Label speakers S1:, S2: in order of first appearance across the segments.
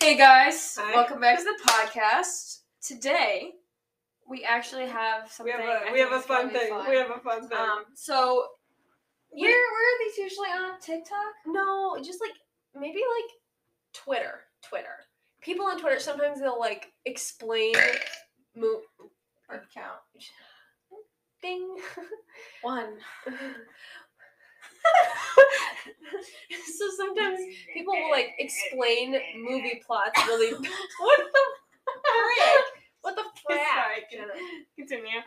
S1: Hey guys,
S2: Hi.
S1: welcome back to the podcast. Today, we actually have
S2: We
S1: something.
S2: have
S1: I
S2: a we
S1: think
S2: have a
S1: it's gonna
S2: fun
S1: be
S2: thing. We have a fun thing.
S1: um, so
S2: We-
S1: where where are these usually on TikTok?
S3: No, just like maybe like Twitter. Twitter. People on Twitter sometimes they'll like explain move
S1: Or count
S3: ding.
S1: one.
S3: so sometimes people will like explain movie plots really
S2: what the
S3: what the
S2: frick?
S3: frack?
S2: Sorry, can- Continue.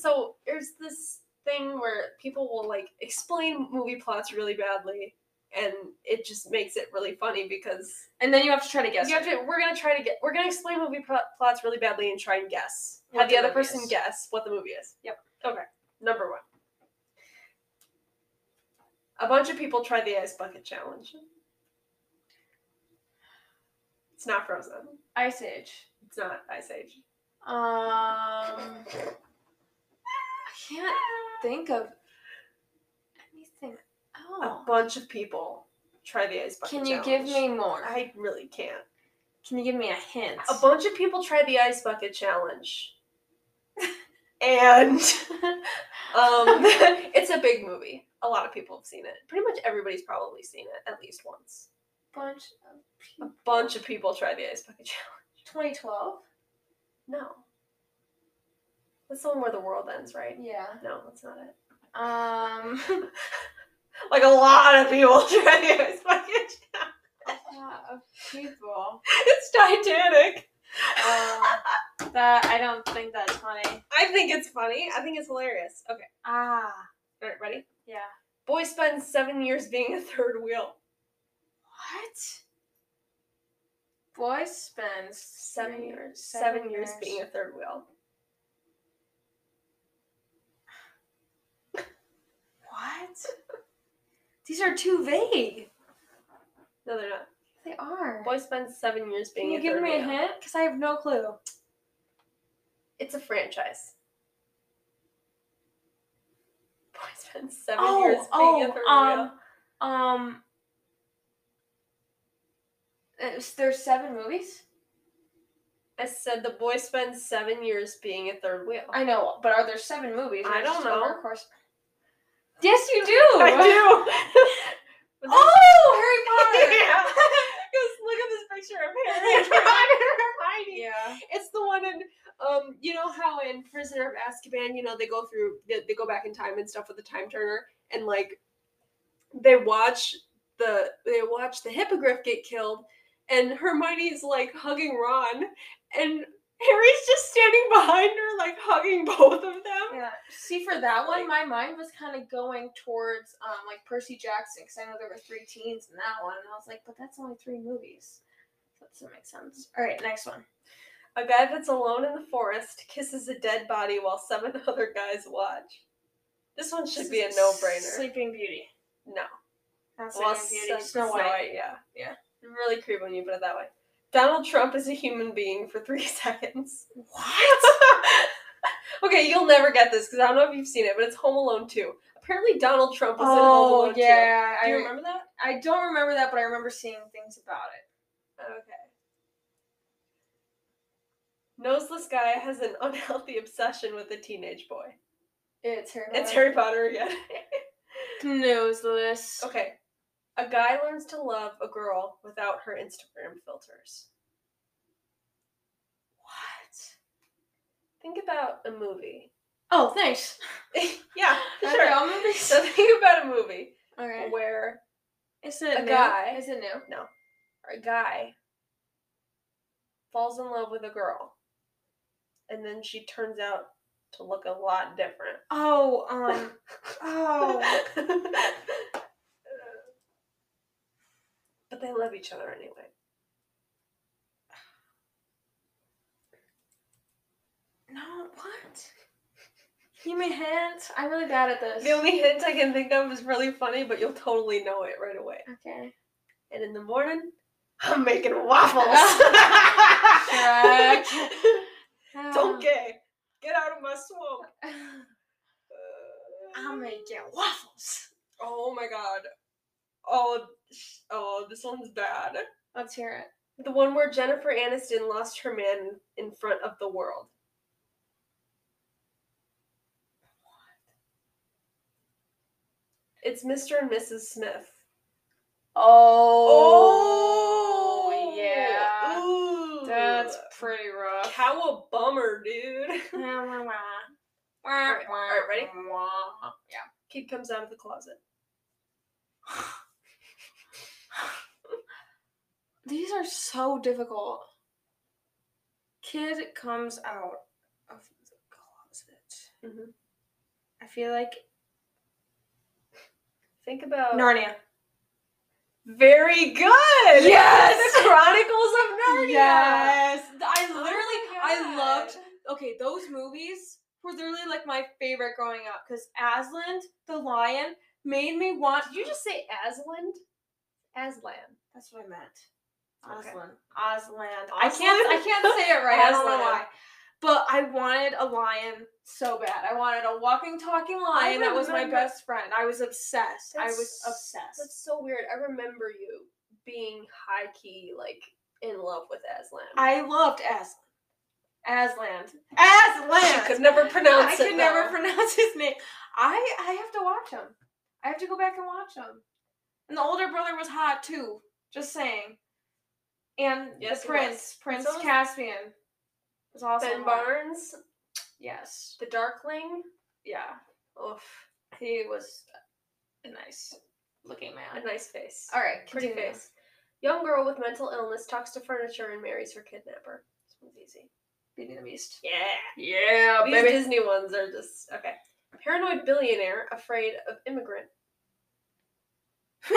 S3: So there's this thing where people will like explain movie plots really badly and it just makes it really funny because
S1: And then you have to try to guess.
S3: you have to, we're gonna try to get we're gonna explain movie pro- plots really badly and try and guess
S1: What
S3: have the
S1: the
S3: other
S1: movie
S3: person
S1: is.
S3: guess what the movie is
S1: Yep.
S3: okay number one a bunch of people try the ice bucket challenge it's not frozen
S1: Ice Age.
S3: it's not ice age
S1: Um, I can't think of anything.
S3: a
S1: Oh,
S3: bunch of people try the ice bucket
S1: can you give
S3: challenge.
S1: me more?
S3: i really can't
S1: Can you give me a hint?
S3: a bunch of people try the ice bucket challenge and um it's a big movie a lot of people have seen it pretty much everybody's probably seen it at least once
S1: bunch of
S3: a bunch of people try the ice bucket challenge
S1: 2012.
S3: no that's the one where the world ends right
S1: Yeah.
S3: no that's not it
S1: Um.
S3: like a lot of people try the ice bucket challenge
S1: a lot of people.
S3: it's titanic
S1: Um, that I don't think that's funny.
S3: i think it's funny i think it's hilarious okay
S1: Ah.
S3: all right ready
S1: Yeah.
S3: boy spends seven years being a third wheel
S1: What? Boy spends
S3: seven
S1: three-
S3: years. Seven, years, being a third wheel.
S1: What? These are too vague.
S3: No, they're not.
S1: They are.
S3: Boy spends seven years being
S1: Can you
S3: a
S1: give
S3: third
S1: me
S3: wheel.
S1: a hint? Because I have no clue.
S3: It's a franchise. Boy spends seven
S1: Oh,
S3: years being
S1: oh,
S3: a third wheel.
S1: um, um. it's- There's seven movies.
S3: I said the boy spends seven years being a third wheel.
S1: I know, but are there seven movies?
S3: I
S1: It's
S3: don't
S1: just a
S3: know.
S1: workhorse. Yes, you do.
S3: do.
S1: Oh, Harry Potter.
S3: yeah. 'Cause look at this picture of Harry and Hermione.
S1: yeah.
S3: It's the one in um, you know how in Prisoner of Azkaban, you know, they go through they, they go back in time and stuff with the time turner and like they watch the they watch the hippogriff get killed and Hermione's like hugging Ron and Harry's just standing behind her like hugging both of them.
S1: Yeah. See, for that one, my mind was kind of going towards um like Percy Jackson because I know there were three teens in that one, and I was like, but that's only three movies. That doesn't make sense. All right, next one.
S3: A guy that's alone in the forest kisses a dead body while seven other guys watch. This one should
S1: This
S3: be a
S1: is
S3: no-brainer.
S1: Sleeping Beauty.
S3: No.
S1: Not
S3: Well,
S1: Sleeping Beauty.
S3: Snow-
S1: Snow White.
S3: yeah.
S1: Yeah.
S3: Really creep when you put it that way. Donald Trump is a human being for three seconds.
S1: What?
S3: okay, you'll never get this because I don't know if you've seen it, but it's Home Alone 2. Apparently, Donald Trump was in Home
S1: Oh
S3: Alone
S1: yeah, I
S3: 2. Do you
S1: remember.
S3: remember that?
S1: I don't remember that, but I remember seeing things about it.
S3: Okay. Noseless guy has an unhealthy obsession with a teenage boy.
S1: It's her.
S3: It's Harry Potter again.
S1: Noseless.
S3: okay. A guy learns to love a girl without her Instagram filters.
S1: What?
S3: Think about a movie.
S1: Oh, thanks.
S3: yeah,
S1: Okay,
S3: sure.
S1: all movies.
S3: So think about a movie
S1: Okay.
S3: where
S1: Is it
S3: A
S1: new?
S3: guy.
S1: Is it new?
S3: a guy falls in love with a girl, and then she turns out to look a lot different.
S1: Oh, um. oh.
S3: but they love each other anyway.
S1: No, what? Give me a hint. I'm really bad at this.
S3: The only hint I can think of is really funny, but you'll totally know it right away.
S1: Okay.
S3: And in the morning, I'm making waffles.
S1: Shrek.
S3: Don't
S1: Ah.
S3: gay. Get out of my swamp.
S1: I'm gonna get waffles.
S3: Oh my god. Oh, sh- oh, this one's bad.
S1: Let's hear it.
S3: The one where Jennifer Aniston lost her man in front of the world. It's Mr. and Mrs. Smith.
S1: Oh, yeah.
S3: Ooh.
S1: That's pretty rough.
S3: how a bummer, dude.
S1: Alright,
S3: alright, ready?
S1: Yeah.
S3: Kid comes out of the closet.
S1: These are so difficult. Kid comes out of the closet.
S3: Mhm.
S1: I feel like
S3: Think about
S1: Narnia.
S3: Very good.
S1: Yes!
S3: the Chronicles of Narnia.
S1: Yes, I
S3: Oh
S1: literally,
S3: my
S1: I
S3: God.
S1: loved. Okay, those movies were literally like my favorite growing up because Aslan the lion made me want.
S3: Did you just say Aslan? Aslan.
S1: That's what I meant.
S3: Okay.
S1: Aslan. Aslan. I can't. I
S3: Aslan?
S1: can't say it right. I don't know
S3: Aslan.
S1: why. But I wanted a lion so bad. I wanted a walking, talking lion that was my
S3: remember-
S1: best friend. I was obsessed. I
S3: That's-
S1: was obsessed.
S3: That's so weird. I remember you being high key like in love with Aslan.
S1: I loved Aslan. Aslan.
S3: I
S1: Aslan.
S3: could never
S1: I
S3: pronounce it.
S1: could never
S3: though.
S1: pronounce his name. I I have to watch him. I have to go back and watch him. And the older brother was hot too. Just saying. And
S3: Yes,
S1: the
S3: he
S1: prince, Prince
S3: So was-
S1: Caspian, was also
S3: Ben
S1: hot.
S3: Barnes,
S1: Yes.
S3: the Darkling.
S1: Yeah.
S3: Oof,
S1: He was a nice looking
S3: a
S1: man.
S3: nice face.
S1: All right,
S3: Pretty
S1: continue.
S3: face. Young girl with mental illness talks to furniture and marries her kidnapper. This one's easy.
S1: Beauty and the Beast.
S3: Yeah.
S1: Yeah,
S3: These Disney ones are just okay. Paranoid billionaire afraid of immigrant.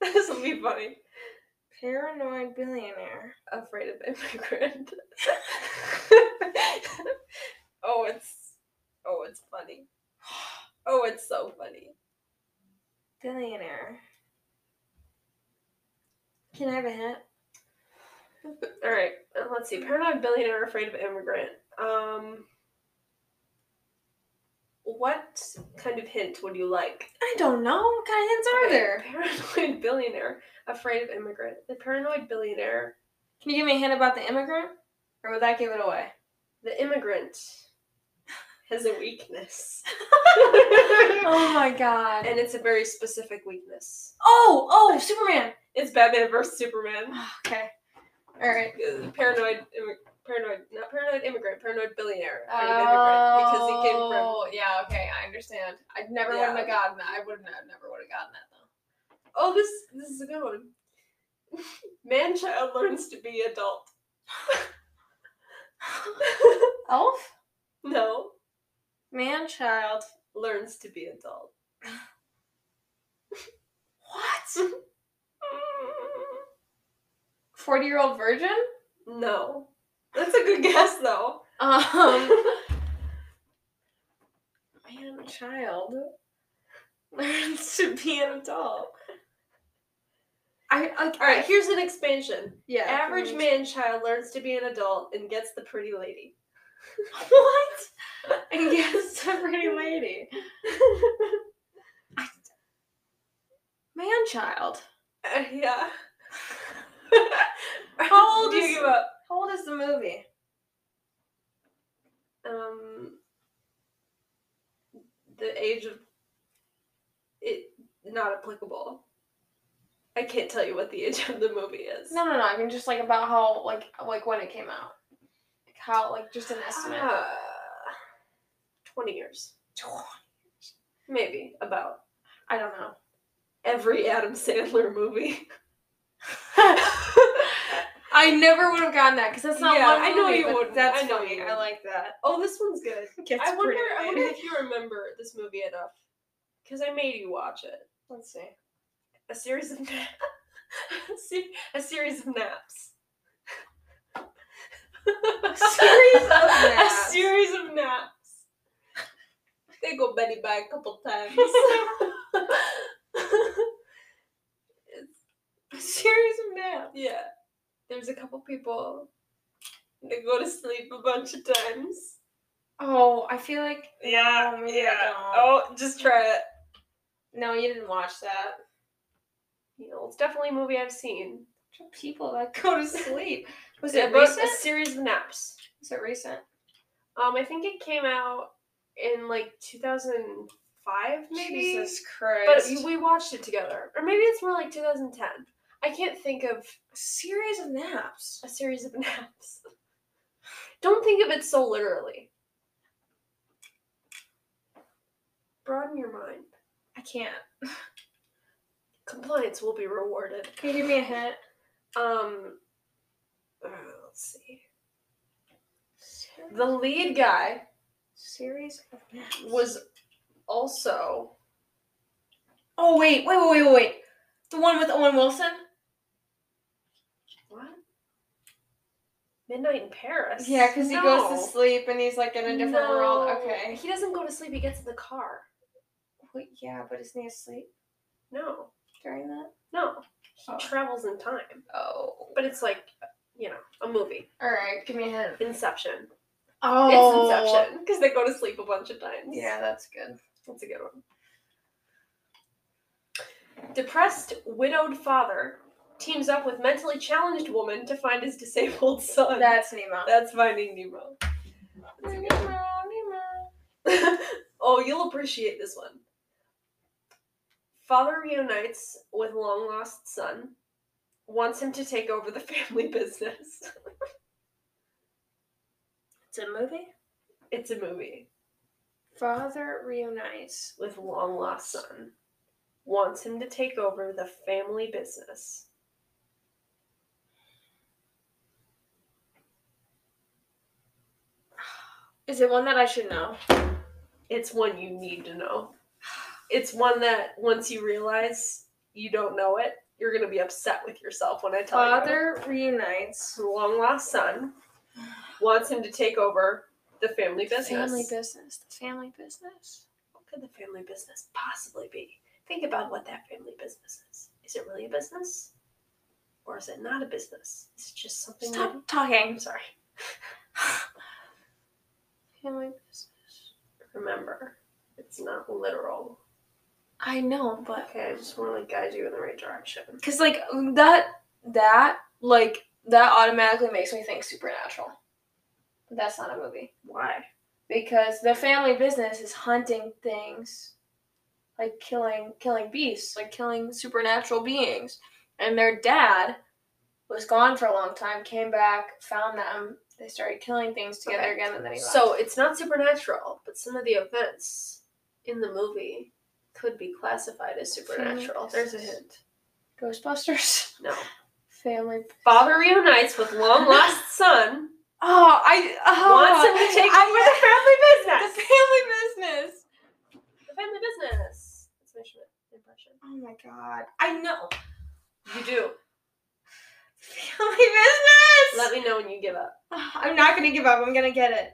S3: this will be funny.
S1: Paranoid billionaire.
S3: Afraid of immigrant. oh, it's oh, it's funny. Oh, it's so funny.
S1: Billionaire. Can I have a hint?
S3: All right, and let's see. Paranoid billionaire afraid of immigrant. Um, what kind of hint would you like?
S1: I don't know. What kind of hints are there?
S3: Paranoid billionaire afraid of immigrant. The paranoid billionaire,
S1: Can you give me a hint about the immigrant? Or would that give it away?
S3: the immigrant, has a weakness,
S1: Oh my god.
S3: and it's a very specific weakness.
S1: Oh, oh, Superman.
S3: It's Batman versus Superman.
S1: Okay. All right.
S3: Uh, Paranoid, immi- paranoid, not paranoid immigrant, paranoid billionaire afraid of immigrant because he came from
S1: Oh, yeah, okay, I understand. I never
S3: Yeah.
S1: wouldn't have gotten that. I wouldn't have never would have gotten that though.
S3: Oh, this this is a good one. Man child learns to be adult.
S1: Elf?
S3: no,
S1: Man child.
S3: learns to be adult.
S1: What? 40 year old virgin?
S3: No, that's a good guess though.
S1: Um, man child learns to be an adult. I, I,
S3: All right, here's an expansion.
S1: yeah.
S3: Average man child learns to be an adult and gets the pretty lady.
S1: What? And yes, a pretty lady. Man child.
S3: Uh, yeah.
S1: How old
S3: Do you
S1: is-
S3: give up?
S1: How old is the movie?
S3: um the age of it not applicable. I can't tell you what the age of the movie is.
S1: No, no, no. I mean, just like about how, like, like when it came out. Like how, like, just an estimate.
S3: Uh, Twenty years, maybe about
S1: I don't know.
S3: every Adam Sandler movie.
S1: I never would have gotten that because that's not
S3: Yeah,
S1: one
S3: I know
S1: movie,
S3: you
S1: but
S3: wouldn't.
S1: That's
S3: I know
S1: funny.
S3: you
S1: I
S3: wouldn't.
S1: like that.
S3: oh, this one's good.
S1: Gets
S3: I wonder.
S1: pretty
S3: I
S1: lady.
S3: wonder if you remember this movie enough because I made you watch it.
S1: Let's see.
S3: a series of na- a se- a series of naps. a
S1: series of naps.
S3: A series of naps. They go Betty by a couple times.
S1: A series of naps.
S3: yeah, there's a couple people. They go to sleep a bunch of times.
S1: Oh, I feel like
S2: Yeah.
S1: Oh, maybe I
S2: yeah.
S1: don't.
S2: Oh, just try it.
S1: no, you didn't watch that.
S3: You know, it's definitely a movie I've seen.
S1: People that go to sleep. Was
S3: Yeah,
S1: it
S3: but
S1: recent?
S3: A series of naps.
S1: Was it recent?
S3: Um, I think it came out in like 2005, maybe.
S2: Jesus
S3: But
S2: Christ.
S3: we watched it together, or maybe it's more like 2010. I can't think of
S1: A series of naps.
S3: a series of naps. Don't think of it so literally. Broaden your mind.
S1: I can't.
S3: Compliance will be rewarded.
S1: Can you give me a hint?
S3: Um, uh, let's see. The lead guy
S1: series of naps.
S3: was also
S1: Oh wait, wait, wait, wait, wait, wait. The one with Owen Wilson?
S3: what? Midnight in Paris.
S1: Yeah, because he
S3: No.
S1: goes to sleep and he's like in a different
S3: No.
S1: world. Okay.
S3: He doesn't go to sleep. He gets in the car.
S1: Wait, yeah, but isn't he asleep
S3: No,
S1: during that?
S3: no. He
S1: Oh.
S3: travels in time.
S1: Oh.
S3: But it's like, you know, a movie.
S1: All right, give me a hint.
S3: Inception.
S1: Oh,
S3: It's Inception because they go to sleep a bunch of times.
S1: Yeah, that's good.
S3: That's a good one. Depressed, widowed father teams up with mentally challenged woman to find his disabled son.
S1: That's Nemo.
S3: That's Finding Nemo. That's a good one. oh, you'll appreciate this one. Father reunites with long lost son, wants him to take over the family business.
S1: It's a movie.
S3: It's a movie
S1: Father reunites.
S3: with long lost son, wants him to take over the family business.
S1: Is it one that I should know?
S3: It's one you need to know. It's one that once you realize you don't know it, you're going to be upset with yourself when I tell you.
S1: Father reunites.
S3: His long lost son wants him to take over the family business.
S1: Family business. The family business.
S3: what could the family business possibly be? Think about what that family business is. Is it really a business? Or is it not a business? Is it just something
S1: Stop
S3: that-
S1: talking.
S3: I'm sorry.
S1: Family business.
S3: Remember, it's not literal.
S1: I know, but
S3: Okay, I just want to like, guide you in the right direction.
S1: because like that that like that automatically makes me think supernatural. But that's not a movie
S3: Why?
S1: because the family business is hunting things, like killing killing beasts, like killing supernatural beings, and their dad was gone for a long time, came back, found them. They started killing things together
S3: Okay.
S1: again, and then he left.
S3: So it's not supernatural, but some of the events in the movie could be classified as supernatural. There's a hint.
S1: Ghostbusters.
S3: No.
S1: Family.
S3: Father reunites with long lost son.
S1: Oh, I oh,
S3: Wants him to take over the family business.
S1: the family business.
S3: The family business. That's my Schmidt impression.
S1: Oh my god. I know.
S3: You do.
S1: Family business!
S3: Let me know when you give up.
S1: Ugh, I'm not gonna give up. I'm gonna get it.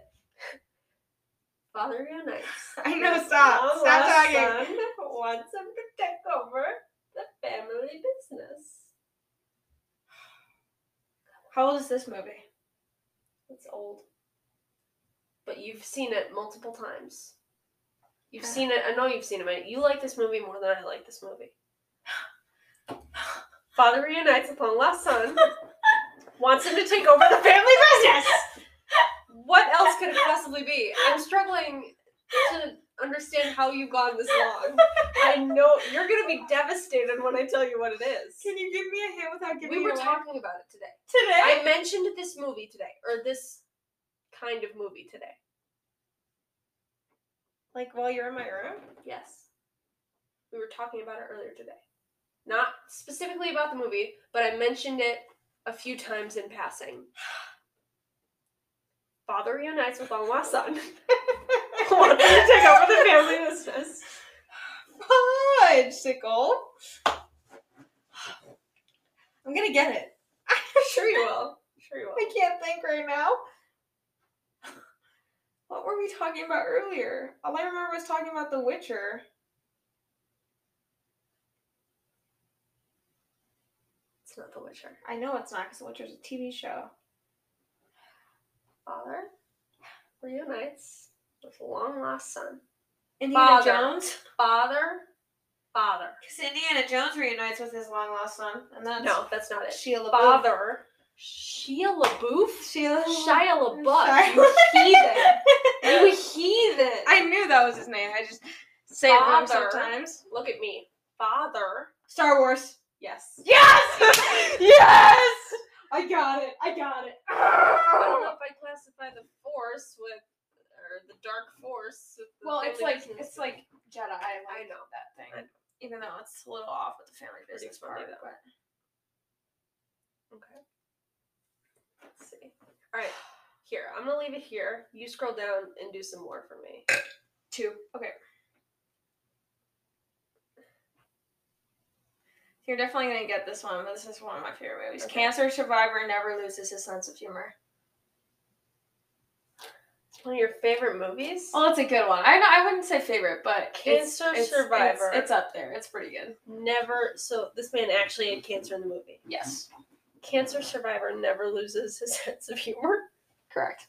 S3: Father reunites.
S1: I know. Stop. Stop talking.
S3: Son wants him to take over the family business.
S1: How old is this movie?
S3: It's old. But you've seen it multiple times. You've
S1: Yeah.
S3: seen it. I know you've seen it. You like this movie more than I like this movie. Father reunites with long lost son. wants him to take over the family business. What else could it possibly be? I'm struggling to understand how you've gone this long. I know you're gonna be devastated when I tell you what it is.
S1: you give me a hint without
S3: We were talking about it today.
S1: today.
S3: I mentioned this movie today, or this kind of movie today.
S1: like while you're in my room?
S3: Yes. We were talking about it earlier today. Not specifically about the movie, but I mentioned it a few times in passing. Father reunites with long lost son. Wants him to take over the family business.
S1: Fudge sickle. I'm gonna get it.
S3: Sure you will. Sure you will.
S1: I can't think right now. What were we talking about earlier? All I remember was talking about The Witcher.
S3: It's not The Witcher.
S1: I know it's not because The Witcher's a TV show.
S3: Father reunites with a long lost son.
S1: Indiana
S3: Father.
S1: Jones?
S3: Father, father.
S1: Because Indiana Jones reunites with his long lost son, and that's
S3: No, that's not it.
S1: Sheila Booth.
S3: Father, Shia LaBeouf,
S1: Sheila.
S3: Shia LaBeouf.
S1: Shia-
S3: You heathen. You heathen.
S1: I knew that was his name. I just say it wrong
S3: Father.
S1: sometimes.
S3: Look at me, father.
S1: Star Wars.
S3: Yes.
S1: Yes! yes!
S2: I got it. I got it.
S3: I don't know if I classify the force with or the dark force. with the
S1: Well, it's
S3: Holy
S1: like
S3: Business.
S1: it's like Jedi.
S3: I
S1: I, like
S3: know.
S1: that thing. Even though it's a little off with the family
S3: Pretty
S1: business
S3: funny,
S1: part.
S3: though.
S1: But
S3: Okay. Let's see. All right. Here, I'm gonna leave it here. You scroll down and do some more for me.
S1: two. Okay. You're definitely gonna get this one, but this is one of my favorite movies.
S3: Okay.
S1: Cancer survivor never loses his sense of humor.
S3: It's one of your favorite movies.
S1: Well, it's a good one. I know I wouldn't say favorite, but it's-
S3: Cancer
S1: it's, it's,
S3: Survivor.
S1: It's, up there. It's pretty good.
S3: Never. So this man actually had cancer in the movie.
S1: Yes,
S3: Cancer survivor never loses his sense of humor.
S1: correct.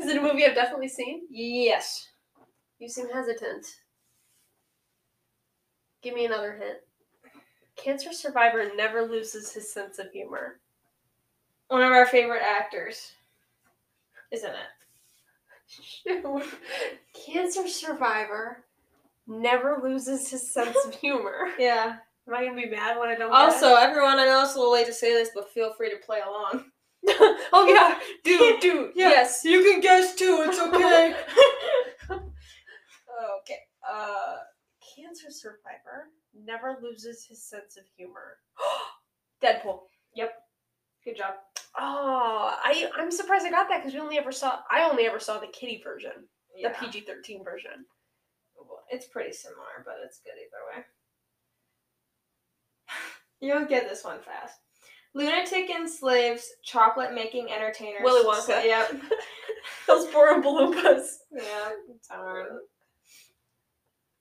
S3: Is it a movie I've definitely seen?
S1: Yes.
S3: You seem hesitant. Give me another hint. Cancer survivor never loses his sense of humor.
S1: One of our favorite actors, isn't it?
S3: Shoot. Cancer survivor never loses his sense of humor.
S1: Yeah.
S3: Am I gonna be mad when I don't? get
S1: Also, everyone, I know it's a little late to say this, but feel free to play along.
S3: it? oh yeah, dude, dude, yes.
S1: you can guess too.
S3: Okay. Uh, cancer survivor never loses his sense of humor. Deadpool.
S1: Good job.
S3: Oh, I I'm surprised I got that because we only ever saw I only ever saw the kitty version, the
S1: Yeah.
S3: PG thirteen version.
S1: It's pretty similar, but it's good either way. You'll get this one fast. Lunatic enslaves chocolate making entertainers.
S3: Willy Wonka.
S1: So- yep.
S3: Those poor Bloompas.
S1: Yeah, darn.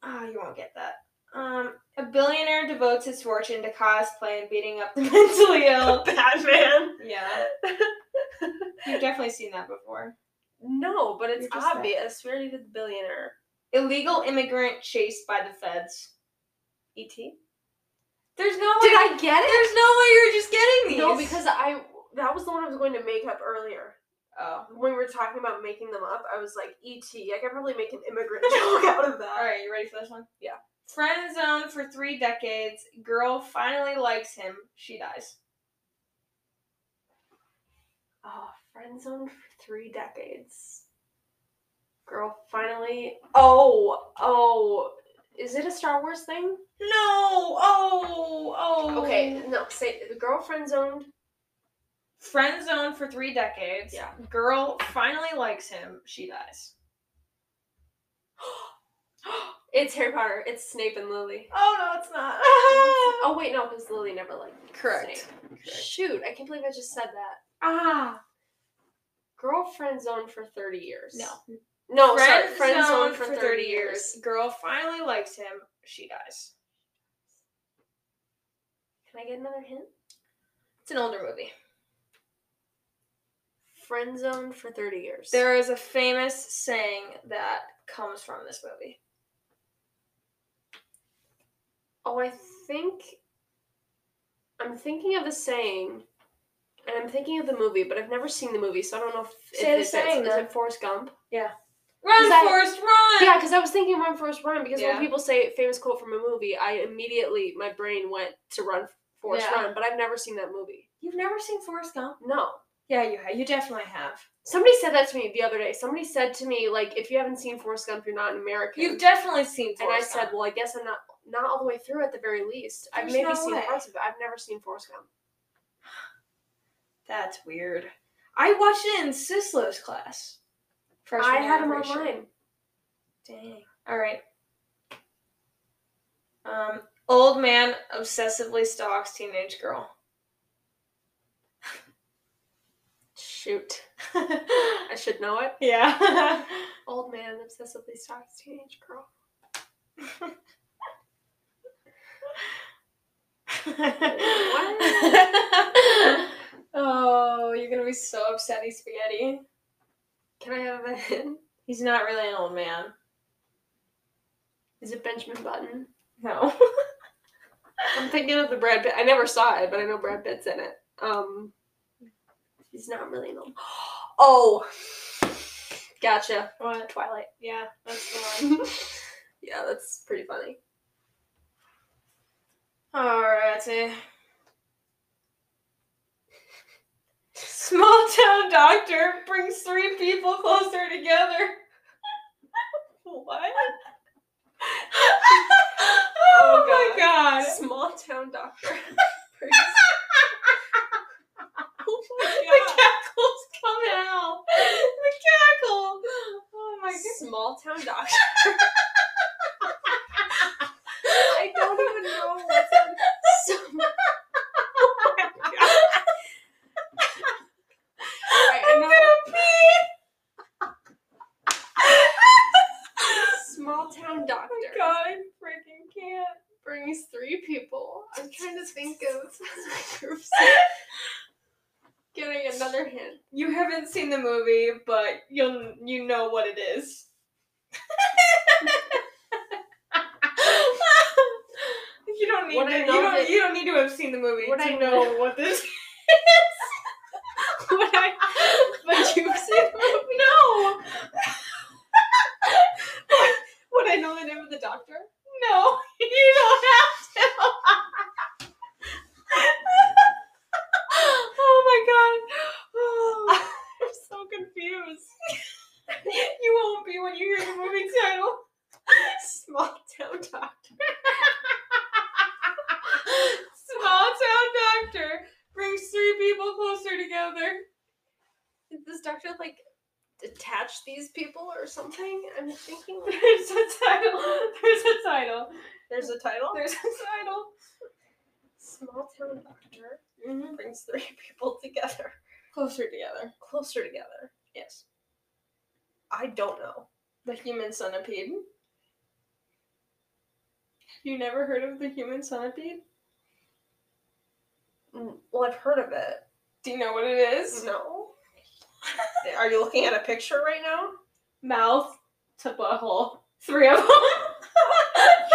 S1: Ah, you won't get that. Um, a billionaire devotes his fortune to cosplay and beating up the mentally ill.
S3: Batman.
S1: yeah. You've definitely seen that before.
S3: No, but it's
S1: You're just
S3: obvious. We already did the billionaire.
S1: Illegal immigrant chased by the feds.
S3: E. T.
S1: There's no way.
S3: Did I get it?
S1: there's no way you're just getting these.
S3: No, because I that was the one I was going to make up earlier.
S1: oh,
S3: When we were talking about making them up, I was like, E. T. I could probably make an immigrant joke out of
S1: all
S3: that.
S1: right. You ready for this one?
S3: Yeah.
S1: Friend zone for three decades. Girl finally likes him. She dies.
S3: Oh, friend zone for three decades. Girl, finally. Oh, oh. Is it a Star Wars thing?
S1: No. Oh. Oh.
S3: Okay, no. Say the girl friend zoned.
S1: Friend zone for three decades.
S3: Yeah.
S1: Girl finally likes him. She dies.
S3: It's Harry Potter. It's Snape and Lily.
S1: Oh no, it's not.
S3: Oh wait, no, because Lily never liked
S1: Correct.
S3: Snape.
S1: Correct.
S3: Shoot, I can't believe I just said that.
S1: Ah.
S3: Girlfriend zone for thirty years.
S1: No.
S3: no,
S1: friend,
S3: sorry, friend
S1: zone, for 30, years. Girl finally likes him. She dies.
S3: Can I get another hint?
S1: It's an older movie.
S3: Friend zone for thirty years.
S1: There is a famous saying that comes from this movie.
S3: Oh, I think I'm thinking of the saying, and I'm thinking of the movie, but I've never seen the movie, so I don't know if,
S1: Say
S3: if
S1: the
S3: it
S1: saying,
S3: fits. Is
S1: then.
S3: it Forrest Gump?
S1: Run,
S3: Is that-
S1: Forrest, run!
S3: Yeah, because I was thinking Run Forrest Run because
S1: Yeah.
S3: when people say famous quote from a movie, I immediately my brain went to Run Forrest
S1: Yeah.
S3: Run, but I've never seen that movie.
S1: You've never seen Forrest Gump?
S3: No.
S1: Yeah, you ha- you definitely have.
S3: Somebody said that to me the other day. Somebody said to me like, if you haven't seen Forrest Gump, you're not an American.
S1: You've definitely seen
S3: and I
S1: Forrest
S3: said,
S1: Gump.
S3: well, I guess I'm not not all the way through at the very least. I've
S1: There's
S3: maybe
S1: no
S3: seen
S1: way.
S3: parts of it. I've never seen Forrest Gump.
S1: That's weird. I watched it in Sislo's class. Freshman
S3: I
S1: year,
S3: had him
S1: I'm pretty sure.
S3: online.
S1: Dang. All right. Um, old man obsessively stalks teenage girl.
S3: Shoot. I should know it.
S1: yeah.
S3: Old man obsessively stalks teenage girl.
S1: oh, you're gonna be so upsetty, spaghetti.
S3: Can I have a hint?
S1: He's not really an old man.
S3: Is it Benjamin Button?
S1: No.
S3: I'm thinking of the Brad Pitt. I never saw it, but I know Brad Pitt's in it. Um, he's not really an old. Oh, gotcha.
S1: What?
S3: Twilight.
S1: Yeah, that's the one.
S3: yeah, that's pretty funny.
S1: Alrighty. Small town doctor brings three people closer together.
S3: What?
S1: oh my god.
S3: Small town doctor.
S1: Oh the cackle's coming out. The cackle. Oh my god.
S3: Small town doctor. I don't even know what's on. Some... Alright, I
S1: I'm
S3: know.
S1: gonna pee.
S3: Small town doctor
S1: Oh my god, I freaking can't.
S3: brings three people. I'm trying to think of groups. Getting another hint.
S1: You haven't seen the movie, but you'll you know what it is. you don't need
S3: Would
S1: to,
S3: I
S1: you
S3: know
S1: don't
S3: that-
S1: you don't need to have seen the movie
S3: Would
S1: to
S3: I
S1: know what this
S3: Would I? Would you say?
S1: No.
S3: Would I know the name of the doctor?
S1: No, you don't have to. oh my god. Oh, I'm so confused. you won't be when you hear the movie title.
S3: Small town doctor.
S1: Small town doctor brings three people closer together.
S3: Did this doctor like detach these people or something? I'm thinking. like-
S1: There's a title. There's a title.
S3: There's a title.
S1: There's a title.
S3: Small town doctor brings three people together,
S1: Mm-hmm. Closer together.
S3: closer together.
S1: Yes.
S3: I don't know.
S1: The human centipede. You never heard of the human centipede?
S3: Mm, Well, I've heard of it.
S1: Do you know what it is?
S3: No. Are you looking at a picture right now?
S1: Mouth to butthole. Three of them.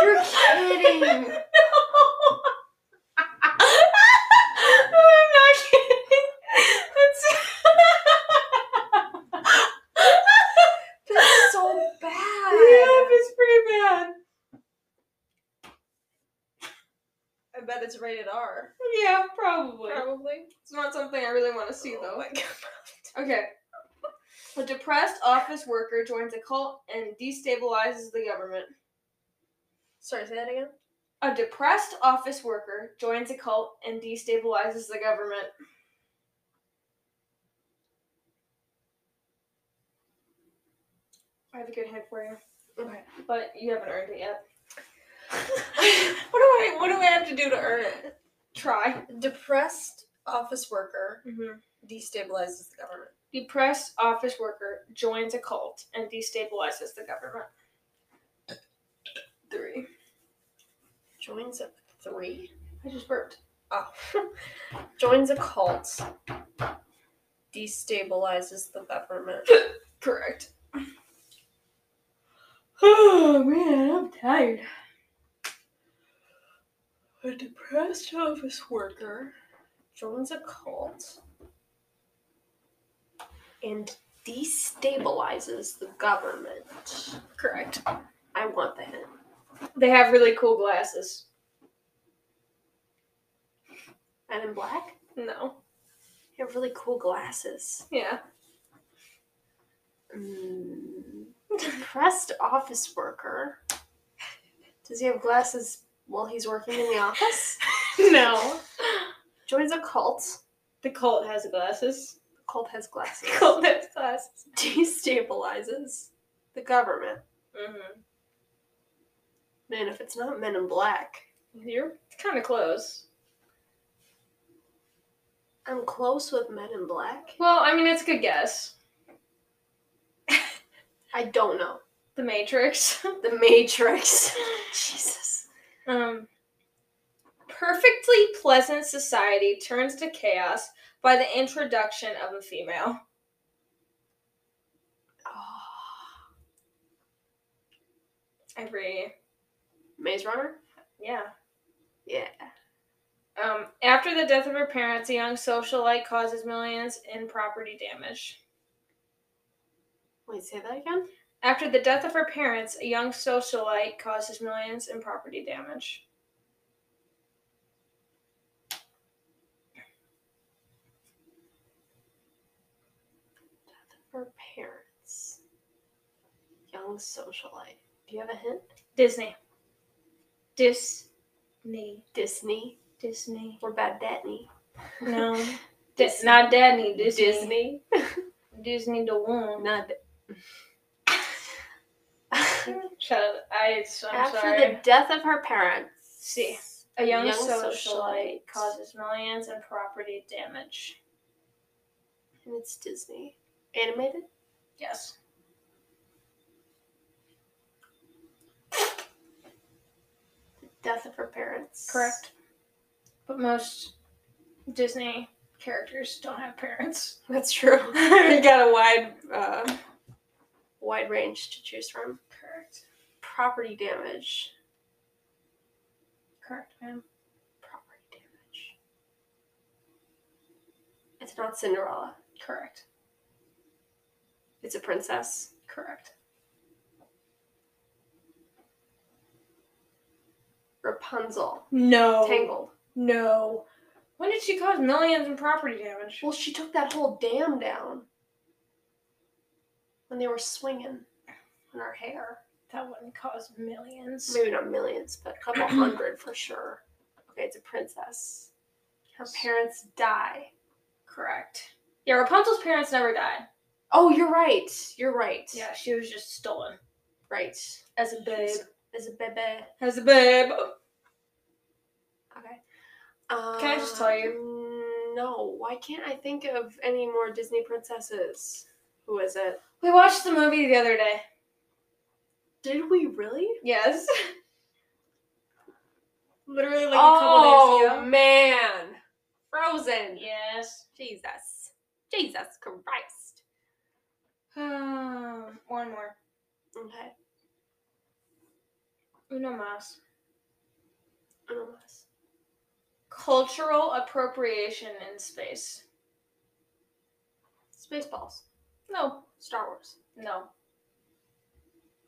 S3: You're kidding.
S1: No. I'm not kidding. It's-
S3: That's so
S1: yeah,
S3: bad.
S1: it's pretty bad.
S3: I bet it's rated R.
S1: Yeah, probably.
S3: Probably.
S1: It's not something I really want to see
S3: Oh
S1: though.
S3: my God.
S1: Okay. A depressed office worker joins a cult and destabilizes the government.
S3: Sorry, say that again.
S1: A depressed office worker joins a cult and destabilizes the government. I have a good hint for you,
S3: Okay.
S1: but you haven't earned it yet.
S3: what do I what do I have to do to earn it?
S1: Try.
S3: Depressed office worker
S1: Mm-hmm.
S3: destabilizes the government.
S1: Depressed office worker joins a cult and destabilizes the government. Three.
S3: Joins a three.
S1: I just burped.
S3: Oh. Joins a cult. Destabilizes the government.
S1: Correct. Oh man, I'm tired.
S3: A depressed office worker joins a cult and destabilizes the government.
S1: Correct.
S3: I want the hint.
S1: They have really cool glasses.
S3: And in black,
S1: No.
S3: you have really cool glasses.
S1: Yeah.
S3: Mm, depressed office worker. Does he have glasses while he's working in the office?
S1: No.
S3: Joins a cult.
S1: The cult has glasses.
S3: The cult has glasses.
S1: has glasses.
S3: Destabilizes the government.
S1: Mm-hmm.
S3: Man, if it's not men in black.
S1: You're kind of close.
S3: I'm close with Men in Black.
S1: Well, I mean, it's a good guess.
S3: I don't know.
S1: The Matrix.
S3: The Matrix. Jesus.
S1: um. Perfectly pleasant society turns to chaos by the introduction of a female.
S3: Ah.
S1: every
S3: Maze Runner?
S1: yeah.
S3: Yeah.
S1: Um, after the death of her parents, a young socialite causes millions in property damage.
S3: Wait, say that again?
S1: After the death of her parents, a young socialite causes millions in property damage.
S3: Her parents. Young socialite. Do you have a hint?
S1: Disney. Disney.
S3: Disney.
S1: Disney.
S3: What about Datney?
S1: No. Di-
S3: Disney.
S1: not Disney. Disney. Disney.
S3: Disney.
S1: Disney the one.
S3: Not.
S1: Shut up. I, I'm
S3: After
S1: sorry.
S3: the death of her parents.
S1: See, A young,
S3: Young
S1: socialite,
S3: socialite.
S1: causes millions in property damage.
S3: And it's Disney. Animated?
S1: Yes.
S3: Death of her parents.
S1: Correct. But most Disney characters don't have parents.
S3: That's true. you got a wide, uh, wide range to choose from.
S1: Correct.
S3: Property damage.
S1: Correct, ma'am.
S3: Property damage. It's not Cinderella.
S1: Correct.
S3: It's a princess.
S1: Correct.
S3: Rapunzel.
S1: No.
S3: Tangled.
S1: No. When did she cause millions in property damage?
S3: Well, she took that whole dam down when they were swinging on her hair.
S1: That wouldn't cause millions.
S3: Maybe not millions, but a couple hundred for sure. Okay, it's a princess. Her parents die.
S1: Correct. Yeah, Rapunzel's parents never died.
S3: Oh, you're right. You're right.
S1: Yeah, she was just stolen.
S3: Right.
S1: As a babe.
S3: As a baby.
S1: As a babe.
S3: Okay. Um,
S1: I just tell
S3: No. Why can't I think of any more Disney princesses? Who is it?
S1: We watched the movie the other day.
S3: Did we really?
S1: Yes. Literally like
S3: oh
S1: a couple days ago.
S3: man, Frozen.
S1: Yes.
S3: Jesus. Jesus Christ.
S1: Um, one more.
S3: Okay.
S1: Uno mas.
S3: Unless.
S1: Cultural appropriation in space.
S3: Spaceballs.
S1: No.
S3: Star Wars.
S1: No.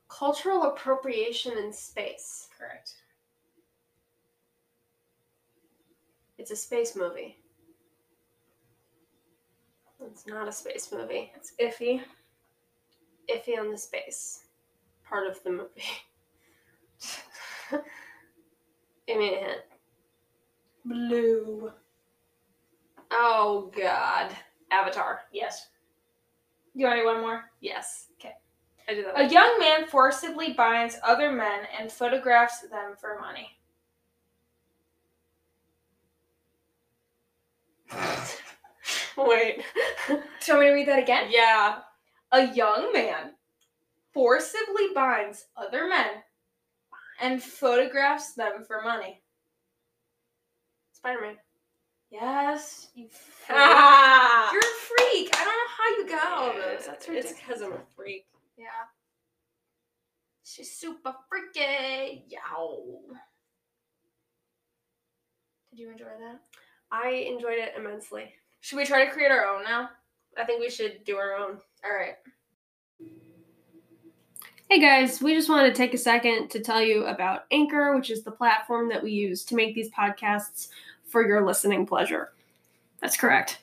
S3: Cultural appropriation in space.
S1: Correct.
S3: It's a space movie. It's not a space movie.
S1: It's iffy.
S3: Iffy on the space part of the movie. Give me a hint.
S1: Blue.
S3: Oh God. Avatar.
S1: Yes. You want to do one more?
S3: Yes.
S1: Okay.
S3: I did that.
S1: A young man forcibly binds other men and photographs them for money.
S3: Wait.
S1: Do you want me to read that again?
S3: Uh, yeah.
S1: A young man forcibly binds other men and photographs them for money.
S3: Spider Man.
S1: Yes, you freak.
S3: Ah!
S1: You're a freak. I don't know how you got all those. That's ridiculous.
S3: It's because I'm a freak.
S1: yeah. She's super freaky. Yow. Did you enjoy that?
S3: I enjoyed it immensely.
S1: Should we try to create our own now?
S3: I think we should do our own.
S1: All right.
S3: Hey guys, we just wanted to take a second to tell you about Anchor, which is the platform that we use to make these podcasts for your listening pleasure.
S4: That's correct.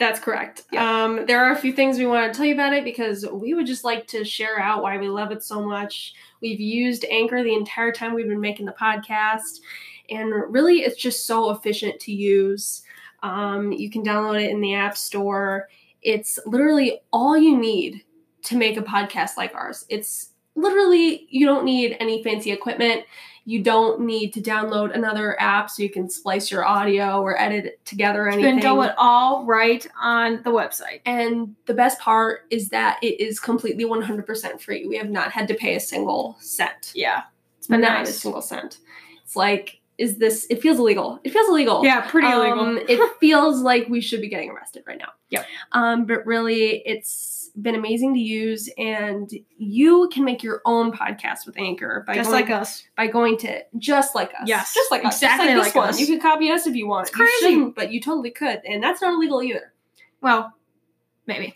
S3: That's correct. Um, there are a few things we want to tell you about it because we would just like to share out why we love it so much. We've used Anchor the entire time we've been making the podcast, and really it's just so efficient to use. Um, you can download it in the App Store. It's literally all you need to make a podcast like ours. It's literally, you don't need any fancy equipment. You don't need to download another app so you can splice your audio or edit it together or
S4: You can
S3: anything.
S4: go it all right on the website.
S3: And the best part is that it is completely 100% free. We have not had to pay a single cent.
S4: Yeah.
S3: It's been not a
S4: Nice.
S3: single cent. It's like, is this, it feels illegal. It feels illegal.
S4: Yeah, pretty
S3: Um,
S4: illegal.
S3: it feels like we should be getting arrested right now.
S4: Yep.
S3: Um, but really, it's been amazing to use, and you can make your own podcast with Anchor by
S4: Just
S3: going,
S4: like us.
S3: by going to just like us.
S4: Yes,
S3: just like us, just
S4: exactly
S3: like
S4: like
S3: this one.
S4: us.
S3: You could copy us if you want.
S4: It's
S3: You
S4: crazy.
S3: shouldn't, but you totally could, and that's not illegal either.
S4: Well, maybe.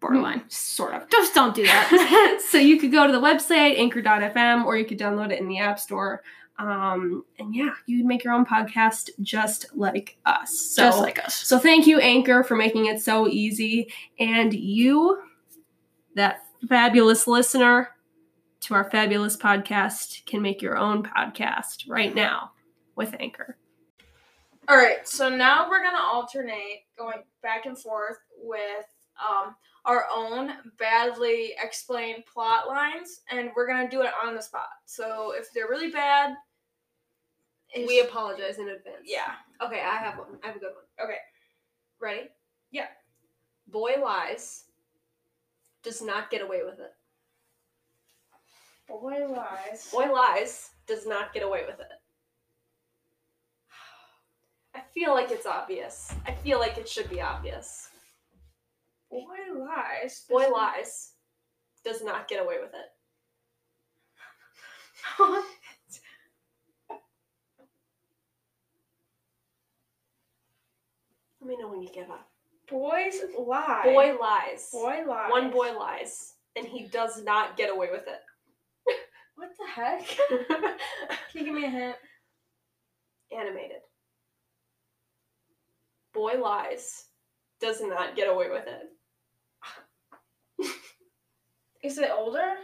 S4: Borderline.
S3: Sort of.
S4: Just don't do that.
S3: so you could go to the website anchor.fm or you could download it in the app store. Um, and yeah, you'd make your own podcast just like us. So,
S4: Just like us.
S3: so thank you, Anchor, for making it so easy. And you, that fabulous listener to our fabulous podcast, can make your own podcast right now with Anchor.
S1: All right, so now we're gonna alternate going back and forth with um, our own badly explained plot lines, and we're gonna do it on the spot. So if they're really bad, it's-
S3: apologize in advance.
S1: Yeah.
S3: Okay, I have one. I have a good one.
S1: Okay.
S3: Ready?
S1: Yeah.
S3: Boy lies. Does not get away with it.
S1: Boy lies.
S3: Boy lies. Does not get away with it. I feel like it's obvious. I feel like it should be obvious.
S1: Boy lies.
S3: Boy lies. Does not get away with it.
S1: lies.
S3: Let me know when you give up.
S1: Boys lie.
S3: Boy lies.
S1: Boy lies.
S3: One boy lies, and he does not get away with
S1: What the heck?
S3: it.
S1: Can you give me a hint?
S3: animated. Boy lies, does not get away with it.
S1: Is it older?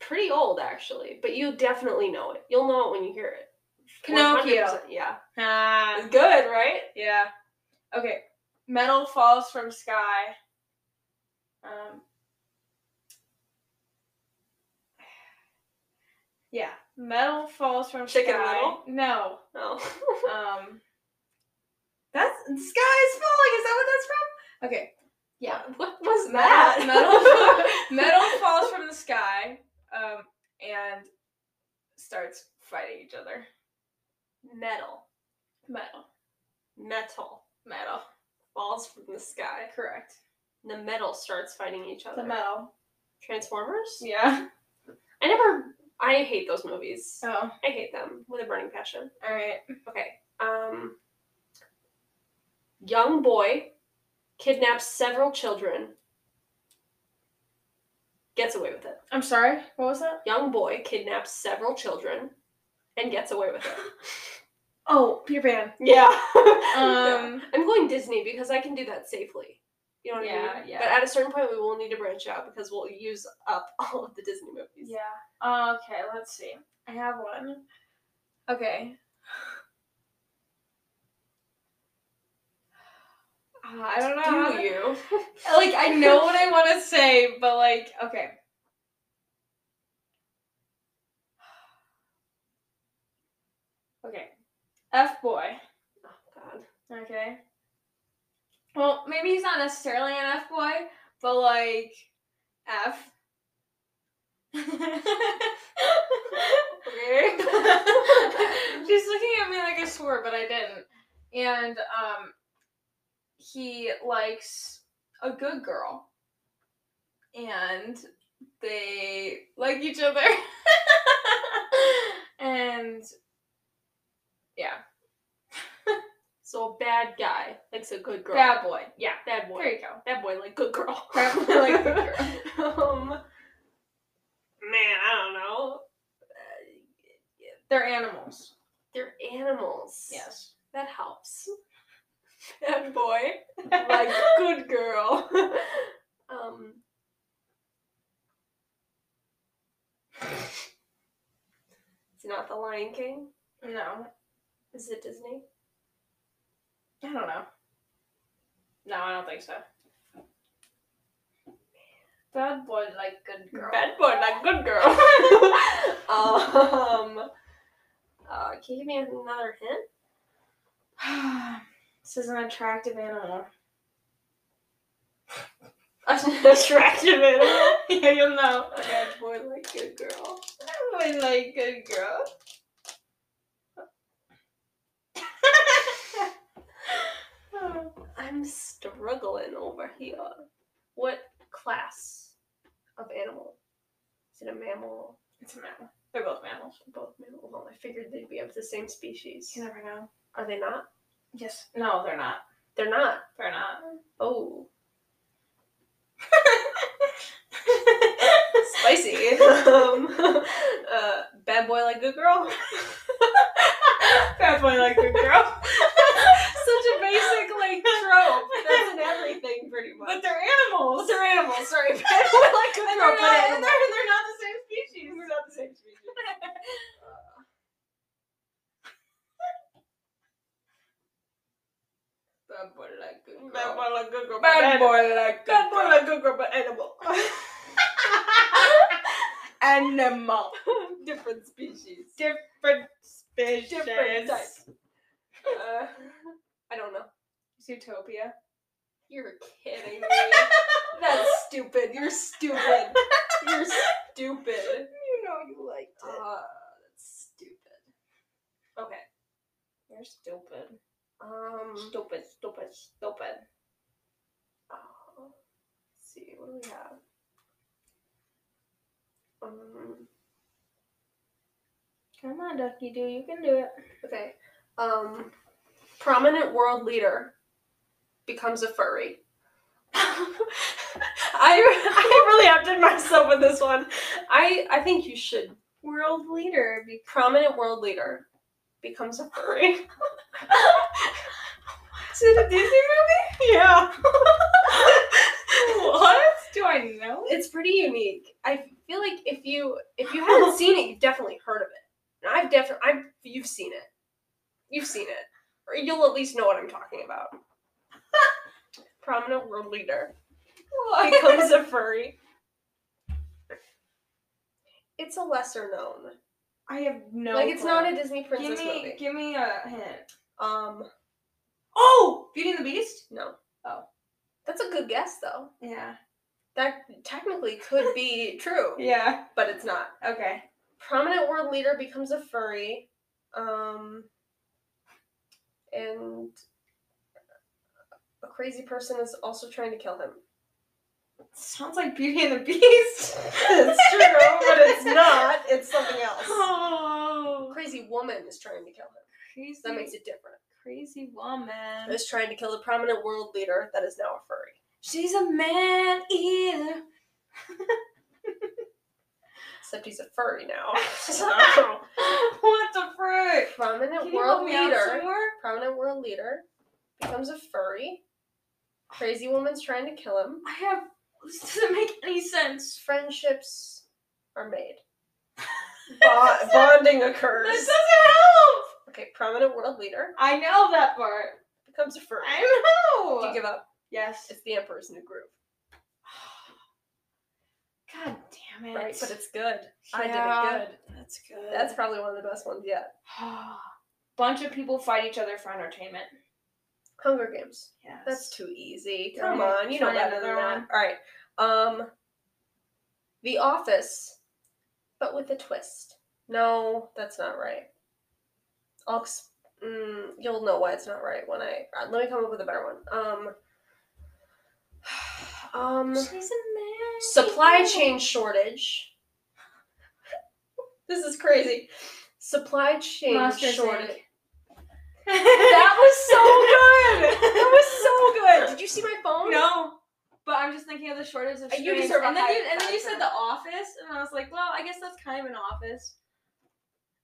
S3: Pretty old, actually, but you definitely know it. You'll know it when you hear it.
S1: Pinocchio.
S3: 100%, Yeah.
S1: Ah,
S3: It's good, right?
S1: yeah. Okay. Metal falls from sky. Um. Yeah. Metal falls from
S3: Chicken
S1: sky.
S3: Little?
S1: No.
S3: No.
S1: Um. That's sky is falling. Is that what that's from? Okay. Yeah.
S3: What was
S1: Metal-
S3: that?
S1: Metal falls from the sky. Um. And starts fighting each other.
S3: Metal.
S1: Metal.
S3: Metal.
S1: Metal.
S3: Falls from the sky.
S1: Correct.
S3: The metal starts fighting each other.
S1: The metal.
S3: Transformers?
S1: Yeah.
S3: I never. I hate those movies.
S1: Oh.
S3: I hate them with a burning passion.
S1: All right.
S3: Okay. Um, young boy kidnaps several children. Gets away with it.
S1: I'm sorry. What was that?
S3: Young boy kidnaps several children and gets away with it.
S1: Oh, Peter Pan.
S3: yeah.
S1: Um.
S3: I'm going Disney because I can do that safely. You know what I
S1: Yeah,
S3: mean?
S1: yeah.
S3: But at a certain point, we will need to branch out because we'll use up all of the Disney movies.
S1: Yeah. Uh, Okay. Let's see. I have one. Okay. Uh, I don't know. how to-
S3: Do you? Oh,
S1: like I know what I want to say, but like okay. Okay. F boy.
S3: Oh, God.
S1: Okay. Well, maybe he's not necessarily an F boy, but like F.
S3: Okay.
S1: She's looking at me like I swore, but I didn't. And um he likes a good girl. And they like each other. and yeah.
S3: So, a bad guy likes a good girl.
S1: Bad boy. Yeah.
S3: Bad boy.
S1: There you go.
S3: That boy, like good girl.
S1: That boy, like, good
S3: um, man, I don't know. Uh,
S1: They're animals.
S3: They're animals.
S1: Yes.
S3: that helps. Bad boy, like good girl. um, it's not the Lion King.
S1: no.
S3: Is it Disney?
S1: I don't know. No, I don't think so. Bad boy like good girl.
S3: Bad boy, like good girl. um, uh, can you give me another hint?
S1: this is an attractive animal.
S3: attractive animal.
S1: yeah, you'll know.
S3: Bad boy, like good girl.
S1: Bad boy like good girl.
S3: I'm struggling over here. What class of animal? Is it a mammal?
S1: It's a mammal. They're both mammals.
S3: Both mammal. Well, I figured they'd be of the same species.
S1: You never know.
S3: Are they not?
S1: Yes. No, they're not.
S3: They're not.
S1: They're not.
S3: Oh,
S1: Spicy.
S3: um, uh, bad boy like good girl.
S1: That's why I like the girl.
S3: Such a basic like trope. That's in everything pretty much.
S1: But they're animals.
S3: But they're animals. Sorry, bad boy like good
S1: And
S3: girl.
S1: they're,
S3: but
S1: not,
S3: animals.
S1: and they're, they're not the same species.
S3: We're not the same species.
S1: Bad boy like good girl.
S3: Bad boy like good girl.
S1: Bad boy like good
S3: Bad boy
S1: girl.
S3: like good girl, but animal.
S1: Animal.
S3: Different species.
S1: Different species.
S3: Different type. Uh, I don't know.
S1: Utopia.
S3: You're kidding me. That's stupid. You're stupid. You're stupid.
S1: You know you liked it.
S3: Uh, that's stupid. Okay.
S1: You're stupid.
S3: Um.
S1: Stupid, stupid, stupid.
S3: Uh, let's see, what do we have? Um,
S1: Come on, Ducky Doo, you can do it.
S3: okay. Um, prominent world leader becomes a furry. I, I really updid myself with this one. I I think you should.
S1: World leader. Be-
S3: Prominent world leader becomes a furry.
S1: Is it a Disney movie?
S3: yeah.
S1: what? Do I know?
S3: it's pretty unique. I feel like if you if you haven't seen it, you've definitely heard of it. And I've definitely I've you've seen it. You've seen it. Or you'll at least know what I'm talking about. Prominent world leader becomes a furry. It's a lesser known.
S1: I have no.
S3: like it's
S1: clue.
S3: not a Disney
S1: Give
S3: princess
S1: me,
S3: movie.
S1: give me a hint.
S3: Um
S1: Oh, Beauty and the Beast.
S3: no.
S1: Oh.
S3: That's a good guess though.
S1: Yeah.
S3: That technically could be true,
S1: Yeah.
S3: but it's not.
S1: Okay.
S3: prominent world leader becomes a furry um and a crazy person is also trying to kill him
S1: Sounds like Beauty and the Beast.
S3: it's true but it's not it's something else a
S1: Oh.
S3: crazy woman is trying to kill him
S1: Crazy.
S3: that makes it different
S1: crazy woman.
S3: is trying to kill the prominent world leader that is now a furry
S1: She's a man eater.
S3: except he's a furry now
S1: what the frick?
S3: prominent
S1: Can you help
S3: world
S1: me out
S3: leader
S1: somewhere?
S3: prominent world leader becomes a furry crazy woman's trying to kill him
S1: I have. This doesn't make any sense.
S3: friendships are made. Bo- bonding
S1: This
S3: occurs.
S1: doesn't help.
S3: Okay, prominent world leader
S1: I know that part.
S3: becomes a furry.
S1: I know.
S3: Do you give up?
S1: yes.
S3: It's the Emperor's New Groove,
S1: God damn it.
S3: right? But it's good. I
S1: Yeah,
S3: did it good.
S1: That's good.
S3: That's probably one of the best ones yet.
S1: Bunch of people fight each other for entertainment.
S3: Hunger Games.
S1: Yes.
S3: That's too easy. Come
S1: Okay,
S3: on, you know
S1: find
S3: better than
S1: another
S3: that. All right. Um, The Office, but with a twist. No, that's not right. I'll. ex- Mm, you'll know why it's not right when I. uh, Let me come up with a better one. Um. Um.
S1: She's a man.
S3: Supply chain shortage. This is crazy. Supply chain
S1: Monsters,
S3: shortage.
S1: Inc.
S3: That was so good. That was so good. Did you see my phone?
S1: No. But I'm just thinking of the shortage of
S3: Uh, you
S1: strings.
S3: deserve a
S1: and then
S3: high
S1: you, and then
S3: five
S1: you
S3: for
S1: said
S3: that.
S1: the office, and I was like, well, I guess that's kind of an office.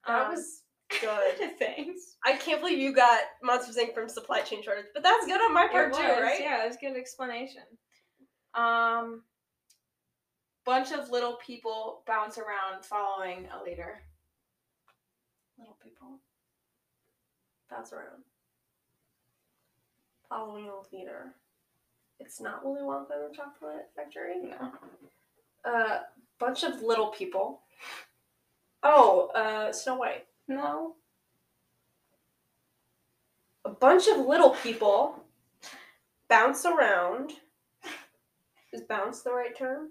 S3: That
S1: Um,
S3: was good.
S1: Thanks.
S3: I can't believe you got Monsters Inc. from supply chain shortage, but that's good on my part
S1: It
S3: too,
S1: was,
S3: right?
S1: Yeah, it was a good explanation. Um, bunch of little people bounce around following a leader.
S3: Little people bounce around, following a leader. It's not Willy Wonka and the Chocolate Factory.
S1: No.
S3: A uh, bunch of little people. Oh, uh, Snow White.
S1: No.
S3: a bunch of little people bounce around. Is bounce the right term?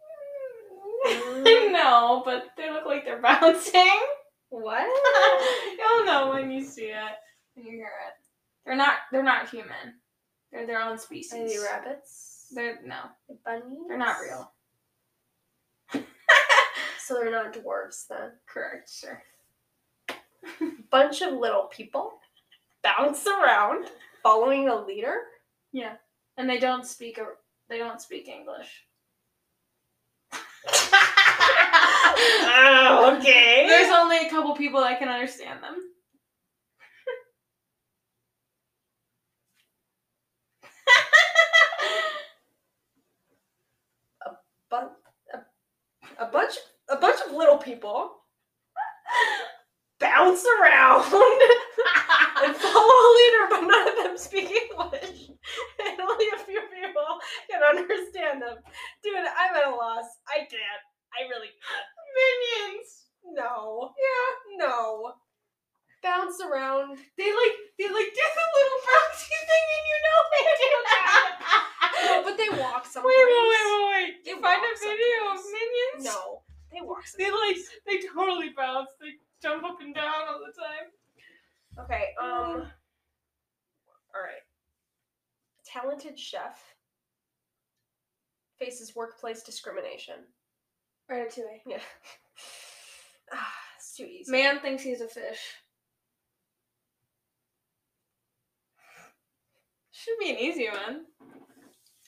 S1: no, but they look like they're bouncing.
S3: What?
S1: You'll know when you see it, when you hear it. They're not. They're not human. They're their own species.
S3: Any rabbits?
S5: They're no,
S3: The bunnies?
S5: they're not real.
S3: So they're not dwarves then.
S5: Correct. Sure.
S3: Bunch of little people bounce around following a leader.
S1: And they don't speak a, they don't speak English.
S3: Oh, okay.
S1: There's only a couple people that can understand them.
S3: bun- a, a bunch a bunch of little people bounce around and follow a leader, but none of them speak English. And only a few people can understand them. Dude, I'm at a loss. I can't. I really can't. Minions! No. Yeah, no. Bounce around.
S6: They like they like do the little bouncy thing, and you know they do that.
S3: No, but they walk
S6: wait,
S3: sometimes.
S6: wait, wait, wait, wait!
S3: They
S6: You find a
S3: walk
S6: video of
S3: sometimes.
S6: minions?
S3: No. They walk
S6: They
S3: sometimes.
S6: like they totally bounce. They jump up and down all the time.
S3: Okay, um. Alright. Talented chef faces workplace discrimination.
S1: Ratatouille.
S3: Yeah. ah, it's too easy.
S1: Man thinks he's a fish. Should be an easy one.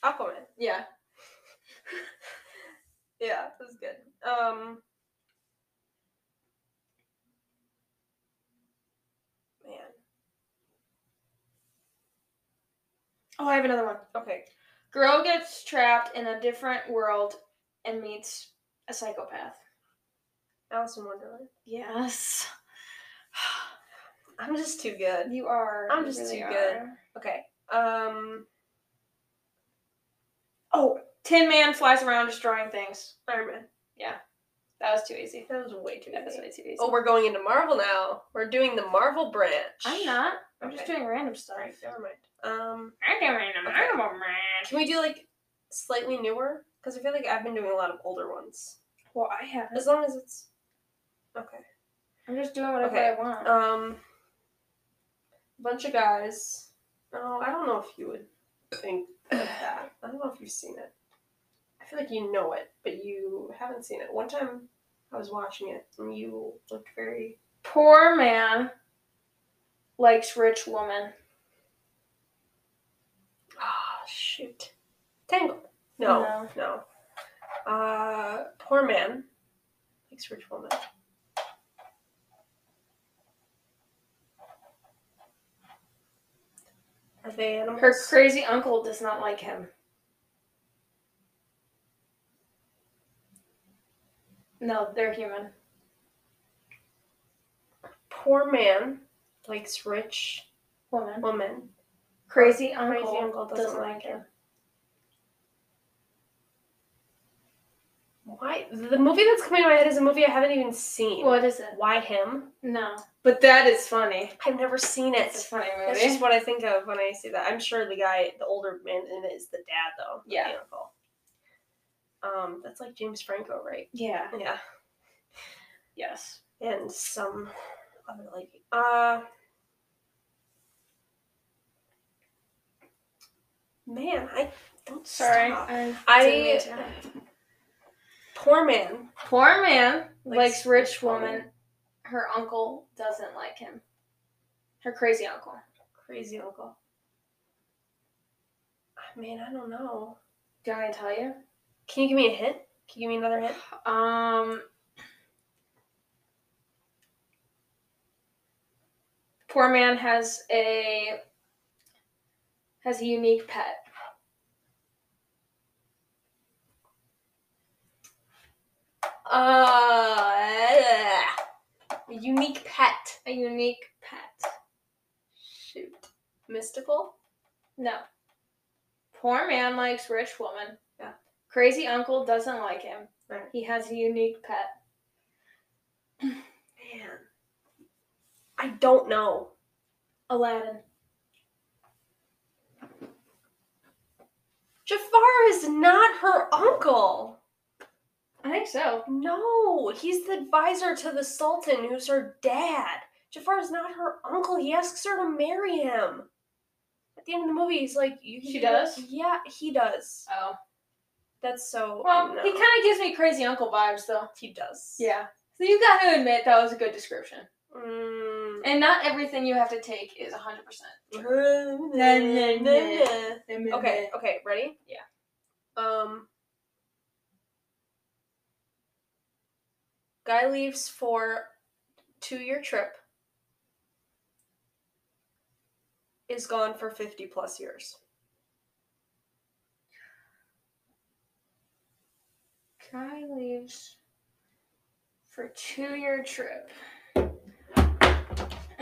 S3: Aquaman.
S1: Yeah.
S3: Yeah, that was good. Um. Man.
S1: Oh, I have another one.
S3: Okay.
S1: Girl gets trapped in a different world and meets a psychopath.
S3: Alice in Wonderland.
S1: Yes.
S3: I'm just too good.
S1: You are.
S3: I'm
S1: you
S3: just
S1: really
S3: too good.
S1: are.
S3: Okay. Um.
S1: Oh, Tin Man flies around destroying things.
S3: Iron Man.
S1: That was too easy.
S3: That was way too
S1: That was
S3: easy.
S1: way too easy.
S3: Oh, we're going into Marvel now. We're doing the Marvel branch.
S1: I'm not. I'm just
S3: Okay.
S1: doing random stuff.
S3: Alright, never mind. Um,
S1: I'm doing random
S3: Okay.
S1: animal man.
S3: can we do like slightly newer? Because I feel like I've been doing a lot of older ones.
S1: Well, I haven't.
S3: As long as it's okay.
S1: I'm just doing whatever
S3: Okay.
S1: I want.
S3: Um, bunch of guys. Oh, I don't know if you would think of that. I don't know if you've seen it. I feel like you know it, but you haven't seen it. One time I was watching it, and you looked very.
S1: Poor man likes rich woman.
S3: Ah, shoot. Tangled. No. No. Uh, poor man. Thanks, rich woman. Are they animals?
S1: Her crazy uncle does not like him. No, they're human.
S3: poor man likes rich
S1: Woman.
S3: woman.
S1: Crazy uncle,
S3: Crazy uncle
S1: doesn't,
S3: doesn't
S1: like
S3: like
S1: him.
S3: Why? The movie that's coming to my head is a movie I haven't even seen.
S1: What is it?
S3: Why him?
S1: No. But that is funny.
S3: I've never seen it.
S1: It's a funny
S3: That's
S1: movie.
S3: just what I think of when I see that. I'm sure the guy, the older man in it, is the dad though. not
S1: Yeah.
S3: The uncle. Um, that's like James Franco, right?
S1: Yeah.
S3: Yeah.
S1: Yes.
S3: and some other lady. Uh, man, I don't.
S1: Sorry.
S3: stop.
S1: I, didn't mean
S3: I
S1: to.
S3: poor man.
S1: Poor man likes,
S3: Likes
S1: rich
S3: rich
S1: woman.
S3: woman.
S1: Her uncle doesn't like him. Her crazy uncle.
S3: Crazy uncle. I mean, I don't know.
S1: Do you want me to tell you?
S3: Can you give me a hint? Can you give me another hint?
S1: Um, poor man has a has a unique pet.
S3: Uh, unique pet.
S1: A unique pet.
S3: Shoot, mystical.
S1: No. Poor man likes rich woman.
S3: Yeah.
S1: Crazy uncle doesn't like him.
S3: Right.
S1: He has a unique pet.
S3: Man, I don't know.
S1: Aladdin.
S3: Jafar is not her uncle.
S1: I think so.
S3: No, he's the advisor to the Sultan, who's her dad. Jafar's not her uncle. He asks her to marry him. That the end of the movie, he's like, "You can
S1: She
S3: do it."
S1: does?
S3: Yeah, he does.
S1: Oh.
S3: That's so.
S1: Well,
S3: no.
S1: he kind of gives me crazy uncle vibes though.
S3: He does.
S1: Yeah. So you got to admit that was a good description.
S3: Mm.
S1: And not everything you have to take is 100%.
S3: Okay, okay, ready?
S1: Yeah.
S3: Um Guy leaves for two year trip. Is gone for fifty plus years.
S1: Guy leaves for two-year trip. And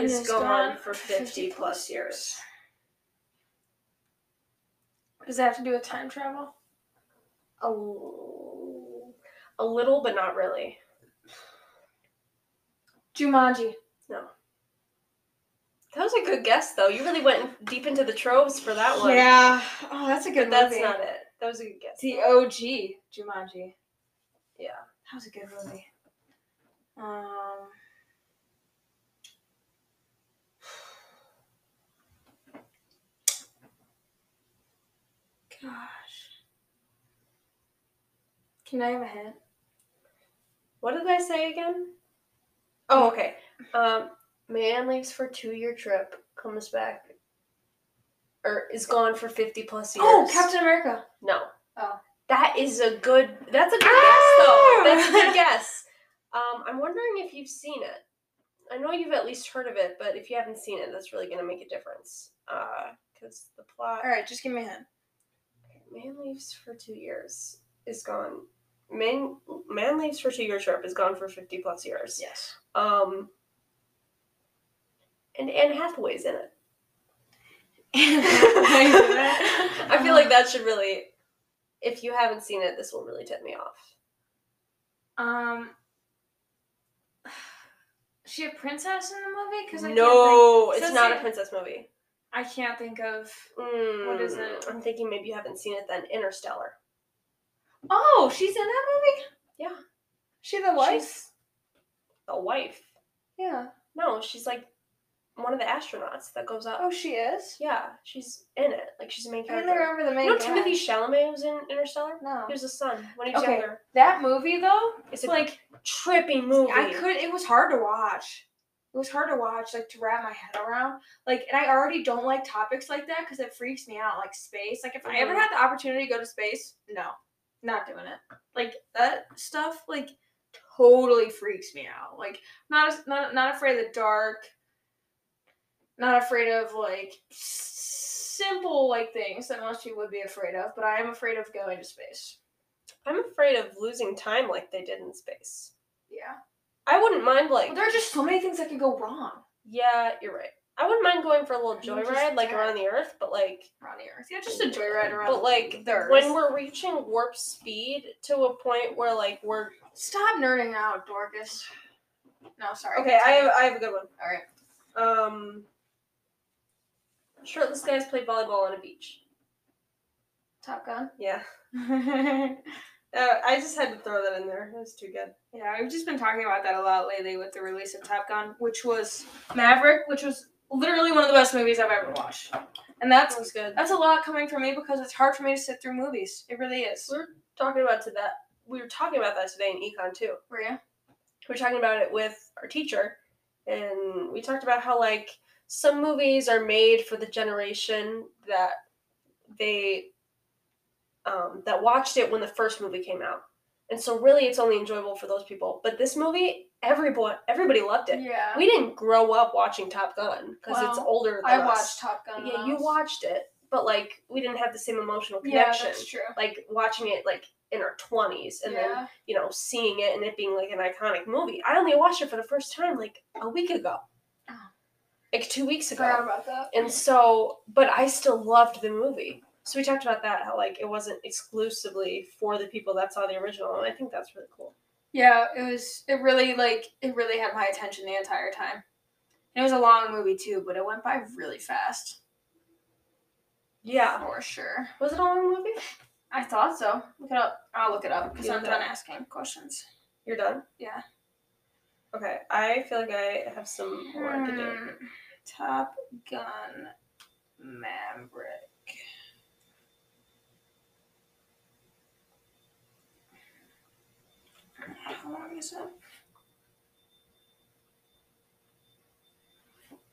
S3: Is
S1: is
S3: gone,
S1: gone
S3: for fifty plus years.
S1: Does that have to do with time travel?
S3: A, l- a little but not really.
S1: Jumanji.
S3: That was a good guess though. You really went deep into the troves for that one.
S1: Yeah. Oh, that's a
S3: But
S1: good
S3: that's
S1: movie.
S3: not it. That was a good guess.
S1: the OG Jumanji.
S3: Yeah.
S1: That was a good movie. Um. Gosh. Can I have a hint?
S3: What did I say again? Oh, okay. Um, man leaves for two year trip, comes back, or is gone for fifty plus years.
S1: Oh, Captain America.
S3: No.
S1: Oh.
S3: That is a good. That's a good
S1: Ah!
S3: guess, though. That's a good guess. Um, I'm wondering if you've seen it. I know you've at least heard of it, but if you haven't seen it, that's really going to make a difference. Because the plot.
S1: All right, just give me a hint.
S3: Man leaves for two years. Is gone. Man, man leaves for two year trip. Is gone for fifty plus years.
S1: Yes.
S3: Um, and Anne Hathaway's in it. I feel like that should really, if you haven't seen it, this will really tip me off.
S1: um. Is she a princess in the movie? Because I can't
S3: No,
S1: think-
S3: it's
S1: so
S3: not
S1: say-
S3: a princess movie.
S1: think, I can't think of.
S3: Mm,
S1: is it?
S3: I'm thinking maybe you haven't seen it then. Interstellar.
S1: Oh, she's in that movie.
S3: Yeah.
S1: She the wife.
S3: She's the wife.
S1: yeah.
S3: No, she's like one of the astronauts that goes up.
S1: Oh, she is.
S3: Yeah, she's in it. Like she's the main
S1: I
S3: character.
S1: don't remember the main.
S3: You know
S1: guy.
S3: Timothy Chalamet was in Interstellar?
S1: No.
S3: He was the son when he was
S1: Okay.
S3: younger.
S1: That movie though,
S3: It's
S1: it's
S3: a
S1: like
S3: trippy movie.
S1: I could. It was hard to watch. It was hard to watch, like to wrap my head around. Like, and I already don't like topics like that because it freaks me out. Like space. Like, if I ever
S3: Mhm.
S1: had the opportunity to go to space, no, not doing it. Like that stuff, like totally freaks me out. Like, not as- not not afraid of the dark. Not afraid of like s- simple like things that most people would be afraid of, but I am afraid of going to space.
S3: I'm afraid of losing time like they did in space.
S1: Yeah.
S3: I wouldn't mind like
S1: Well, there are just so many things that could go wrong
S3: Yeah, you're right. I wouldn't mind going for a little
S1: You just
S3: joyride like
S1: drive.
S3: around the earth, but like
S1: around the earth. Yeah, just a joyride around.
S3: but like
S1: the earth.
S3: when we're reaching warp speed to a point where like we're
S1: stop nerding out, Dorcas. No, sorry.
S3: Okay, I have, I have a good one.
S1: All right.
S3: Um shirtless guys play volleyball on a beach.
S1: Top Gun.
S3: Yeah.
S1: yeah,
S3: Uh, I just had to throw that in there. It was too good.
S1: we've just been talking about that a lot lately with the release of Top Gun, which was Maverick, which was literally one of the best movies I've ever watched. And
S3: That
S1: that's
S3: was good.
S1: that's a lot coming from me because it's hard for me to sit through movies. It really is.
S3: We're talking about to that we were talking about that today in econ too.
S1: Were you?
S3: we were talking about it with our teacher and we talked about how like some movies are made for the generation that they um, that watched it when the first movie came out and so really it's only enjoyable for those people but this movie everybody everybody loved it
S1: Yeah.
S3: we didn't grow up watching top gun because it's
S1: Well,
S3: older than
S1: I
S3: us.
S1: watched Top Gun.
S3: yeah
S1: when I
S3: you
S1: was-
S3: watched it but like we didn't have the same emotional
S1: Yeah,
S3: connection
S1: that's true.
S3: like watching it like in our 20s and then
S1: yeah.
S3: you know, seeing it and it being like an iconic movie. I only watched it for the first time like a week ago,
S1: Oh.
S3: like two weeks
S1: Forgot
S3: ago.
S1: about that.
S3: And so, but I still loved the movie. So we talked about that, how like it wasn't exclusively for the people that saw the original, and I think that's really cool.
S1: Yeah, it was. It really like it really had my attention the entire time. And it was a long movie too, but it went by really fast
S3: Yeah,
S1: for sure.
S3: was it all in the movie?
S1: I thought so. Look it up. I'll look it up because
S3: You
S1: I'm
S3: look it
S1: done
S3: up.
S1: asking questions.
S3: You're done.
S1: Yeah.
S3: Okay, I feel like I have some more to do.
S1: Hmm, Top Hmm. Gun
S3: Maverick. How long is it?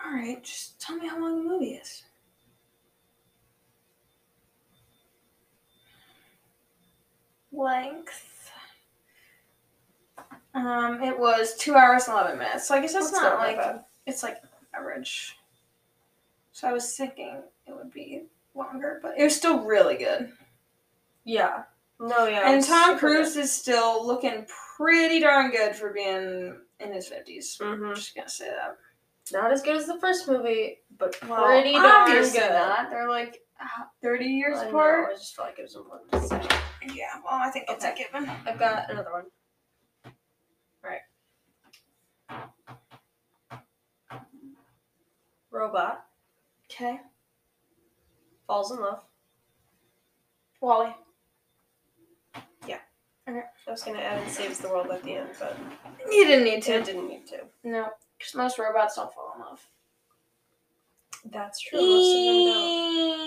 S1: All right, just tell me how long the movie is. Length. Um, it was two hours and eleven minutes. So I guess that's
S3: That's
S1: not,
S3: not that
S1: like it's like average. So I was thinking it would be longer, but it was still really good. Yeah,
S3: No, yeah.
S1: and
S3: it's
S1: Tom
S3: super
S1: Cruise is still looking pretty darn good for being in his fifties.
S3: good. Mhm.
S1: I'm just gonna say that.
S3: Not as good as the first movie, but
S1: Well,
S3: pretty darn
S1: obviously
S3: good.
S1: not. They're like uh, 30 years
S3: I know,
S1: apart.
S3: I just felt like it was important to say.
S1: Yeah, well, I think it's a
S3: Okay.
S1: given.
S3: I've got another one. Alright. Robot
S1: Okay.
S3: falls in love.
S1: Wally.
S3: I was gonna add and saves the world at the end, but
S1: You didn't need
S3: I
S1: to.
S3: didn't need to.
S1: No, because most robots don't fall in love.
S3: That's true. Most of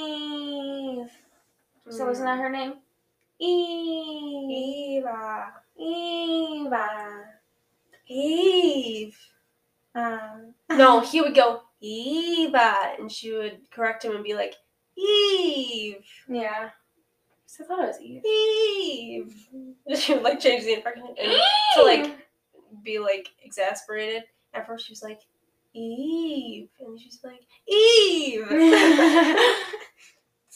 S3: them don't.
S1: Eve. So, isn't that her name? Eve.
S3: Eva?
S1: Eva.
S3: Eve.
S1: Um,
S3: No, he would go Eva, and she would correct him and be like Eve.
S1: yeah. 'Cause I thought it was Eve.
S3: Eve. She would like change the inflection
S1: Eh,
S3: and to like be like exasperated. At first, she was like Eve, and she's like Eve. it's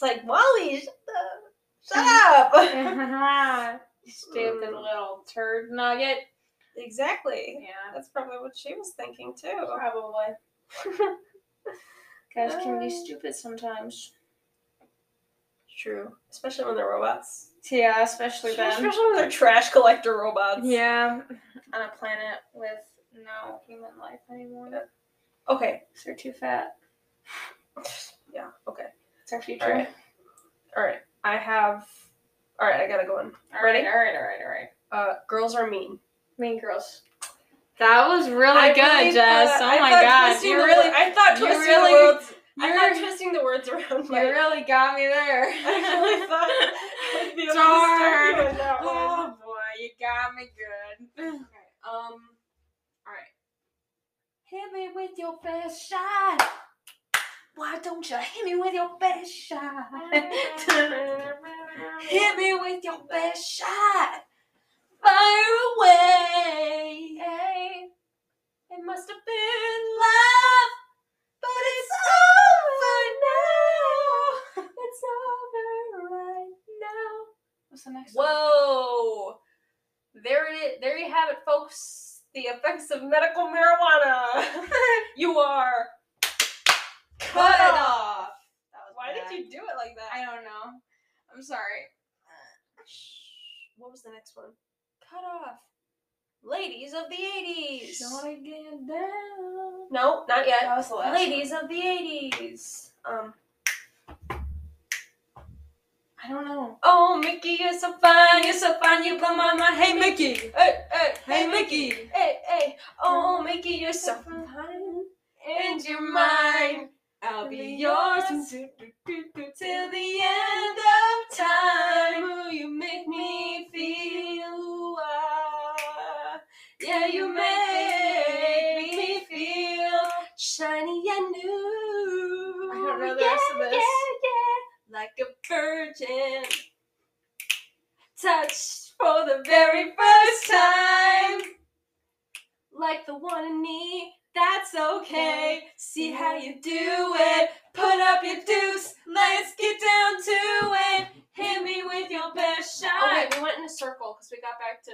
S3: like Wally, shut the
S1: Mm-hmm.
S3: shut up.
S1: Stupid little turd nugget.
S3: exactly.
S1: Yeah,
S3: That's probably what she was thinking too.
S1: probably. Guys can be stupid sometimes.
S3: True, especially when they're robots.
S1: Yeah, especially then.
S3: Especially when they're trash collector robots.
S1: Yeah, on a planet with no human life anymore.
S3: Okay.
S1: 'Cause They're too fat.
S3: Yeah. Okay.
S1: It's our future.
S3: All right. All right. I have. All right. I gotta go in.
S1: All right, all right, all right, all right.
S3: Uh, girls are mean.
S1: Mean Girls. That was really
S3: I
S1: good,
S3: really
S1: Oh Jess.
S3: thought-
S1: oh
S3: I
S1: my
S3: thought
S1: god,
S3: twisting
S1: you
S3: the
S1: really,
S3: wor- I thought
S1: you
S3: twisting
S1: really-
S3: the words. I thought
S1: you
S3: twisting the words around. My,
S1: really got me there.
S3: I really thought I'd be able
S1: Darn.
S3: to start you in that one.
S1: Oh boy, you got me good.
S3: Um. All right.
S1: Hit me with your best shot. Why don't you hit me with your best shot? hit me with your best shot. Fire away. It must have been love, but it's over now. It's over right now. What's the next one?
S3: Whoa! There it is. There you have it, folks. The effects of medical marijuana. you are cut,
S1: Cut
S3: off. Why
S1: bad.
S3: did you do it like that?
S1: I don't know. I'm sorry.
S3: What was the next one? Cut off. Ladies of the 80s.
S1: Shawty get down.
S3: No, not yet.
S1: That was the last
S3: Ladies of the 80s. Um.
S1: one. I don't know.
S3: Oh, Mickey, you're so fine, you're so fine, you blow my mind. Hey, Mickey. Hey, hey, hey, Mickey. Hey, hey. Oh, Mickey, you're so fine, and you're mine. I'll be yours and do, do, do, do, till the end of time. Oh, you make me feel. who I- Yeah, you make me feel shiny and new.
S1: I don't know the rest of
S3: Yeah,
S1: this.
S3: Yeah, yeah, like a virgin. Touched for the very first time. Like the one in me, that's okay. See how you do it. Put up your deuce. Let's get down to it. Hit me with your best shot.
S7: Oh wait, we went in a circle because we got back to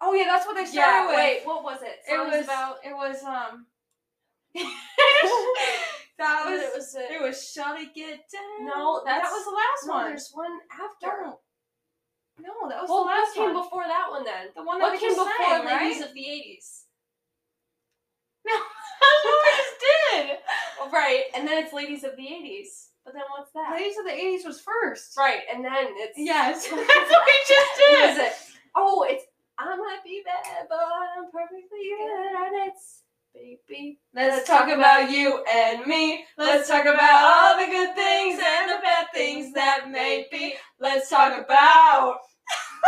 S1: Oh yeah, that's what they started
S3: Yeah,
S1: with.
S7: wait, what was it?
S1: it
S7: Songs
S1: was
S7: about
S1: it was um.
S3: that
S7: but it was a,
S1: It was Shawty Get Down.
S7: No,
S1: that
S7: that's-
S1: was the last
S3: no,
S1: one.
S3: there's one after.
S1: Don't. No, that was
S7: well,
S1: the
S7: what
S1: last
S7: came
S1: one.
S7: before that one then?
S1: The one that
S7: What
S1: we
S7: came
S1: just
S7: before
S1: sang,
S7: Ladies
S1: right?
S7: of the Eighties?
S1: No, that's what we just did.
S7: Oh, right, and then it's Ladies of the Eighties. But then what's that?
S1: Ladies of the '80s was first.
S7: Right, and then it's
S1: Yes, that's what we just did.
S7: What is it? Oh, it's I might be bad, but I'm perfectly good at it. Baby,
S3: happy.
S8: Let's talk about you and me. Let's talk about all the good things and the bad things that may be. Let's talk about.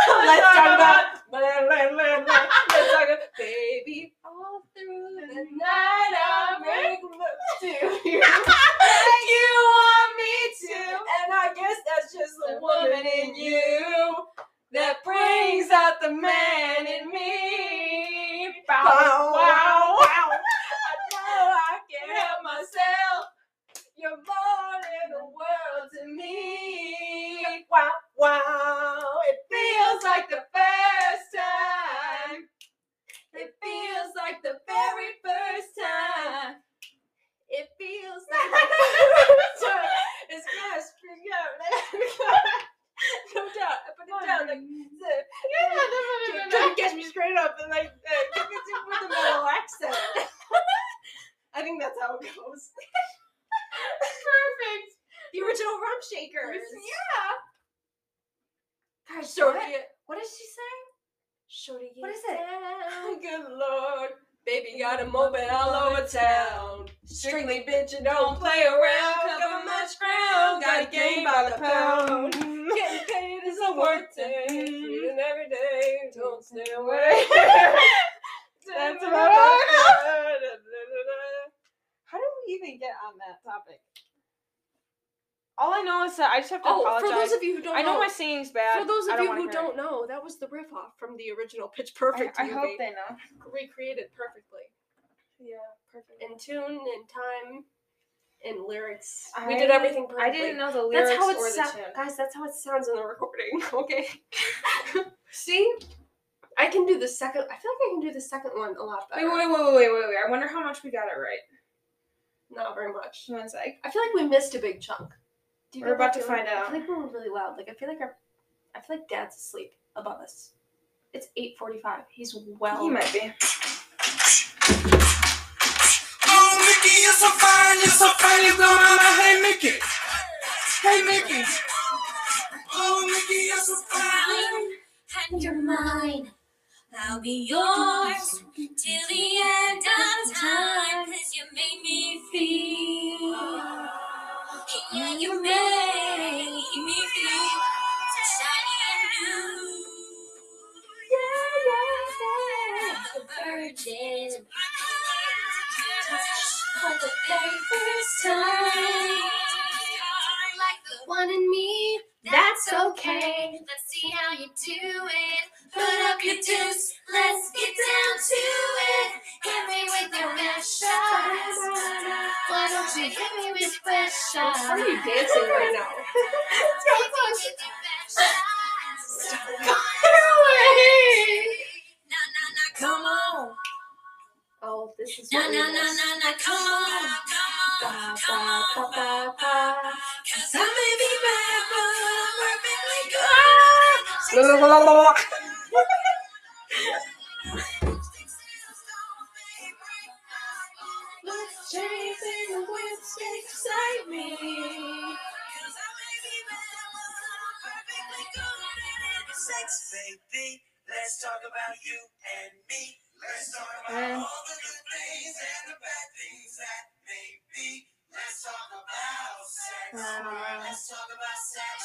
S8: Let's talk about.
S3: Let's talk about baby all through the
S8: Tonight I make love to you.
S3: night.
S8: You want me to.
S3: And I guess that's just
S8: The woman in you that brings out the man in me. Bow,
S3: Bow,
S8: wow, wow. I know I can't help myself. You're more in the world to me.
S3: Wow, wow.
S8: It feels like the first time. It feels like the very first time. It feels like the first time. It's yes,
S3: No doubt. I put it down. Like,
S8: yeah.
S3: trying to catch me straight up and like uh, give it to- with a metal accent. I think that's how it goes.
S8: Perfect.
S3: The original rump shakers.
S8: Yeah. Gosh,
S3: Shorty.
S8: Shorty. What is she saying?
S3: Shorty.
S8: What is it?
S3: Oh, good lord. Baby got a moped all over town. Strictly bitch and don't play around. Cover much ground. Got a game by the pound. Getting paid is a work day. Treating every day. Don't stay away.
S8: That's
S3: That's
S8: about
S3: about
S8: all
S2: How did we even get on that topic? All I know is that I just have to
S3: Oh, for
S2: apologize.
S3: those of you who don't
S2: I know
S3: know,
S2: my singing's bad.
S3: for those
S2: I
S3: of
S2: don't
S3: you
S2: wanna
S3: who
S2: hear it.
S3: don't know, that was the riff off from the original Pitch Perfect
S2: I, I
S3: movie,
S2: hope they know.
S3: recreated perfectly
S1: Yeah, perfect.
S3: in tune, in time, in lyrics.
S1: I-
S3: we did everything perfectly.
S1: I didn't know the lyrics
S3: That's how it
S1: or the
S3: sounds,
S1: tune.
S3: guys. That's how it sounds in the recording. Okay.
S1: See?
S3: I can do the second. I feel like I can do the second one a lot
S1: Wait,
S3: better.
S1: wait, wait, wait, wait, wait, wait. I wonder how much we got it right.
S3: Not very much.
S1: One sec.
S3: I feel like we missed a big chunk. Do
S1: We're
S3: get that
S1: about to
S3: feeling?
S1: find out.
S3: I feel like we're really loud. Like I feel like our, I feel like Dad's asleep above us. It's eight forty-five. He's well.
S1: He might be.
S9: Oh, Mickey, you're so fine, you're so fine, you blow my mind. Hey, Mickey. Hey, Mickey. Oh, Mickey, you're so fine.
S10: mine, and you're mine. I'll be yours till the end of time. Cause you made me feel. Yeah, you made me feel so shiny and new. Yeah, yeah, yeah. Virgin. Touched for the very first time. Like the one in me. That's okay. Let's see how you do it. Put up your deuce. Let's get down to it. Hit me with your best shots. Why don't you hit me with your best shots?
S3: How are you dancing right now?
S10: Hit me with your best shots. Na na na, come on.
S3: Oh, this is
S10: Na
S3: what we
S10: na na
S3: missed.
S10: na na, come on, come on, come on.
S3: Ba, ba, ba.
S10: Cause I may be bad, but I'm perfectly good.
S3: Ah!
S10: Let's chase in the wind, stay beside me. Cause I may be bad, but I'm perfectly good at it.
S9: Sex, baby. Let's talk about you and me. Let's talk about all the good things and the bad things that may be. Let's talk about sex. Let's talk about sex.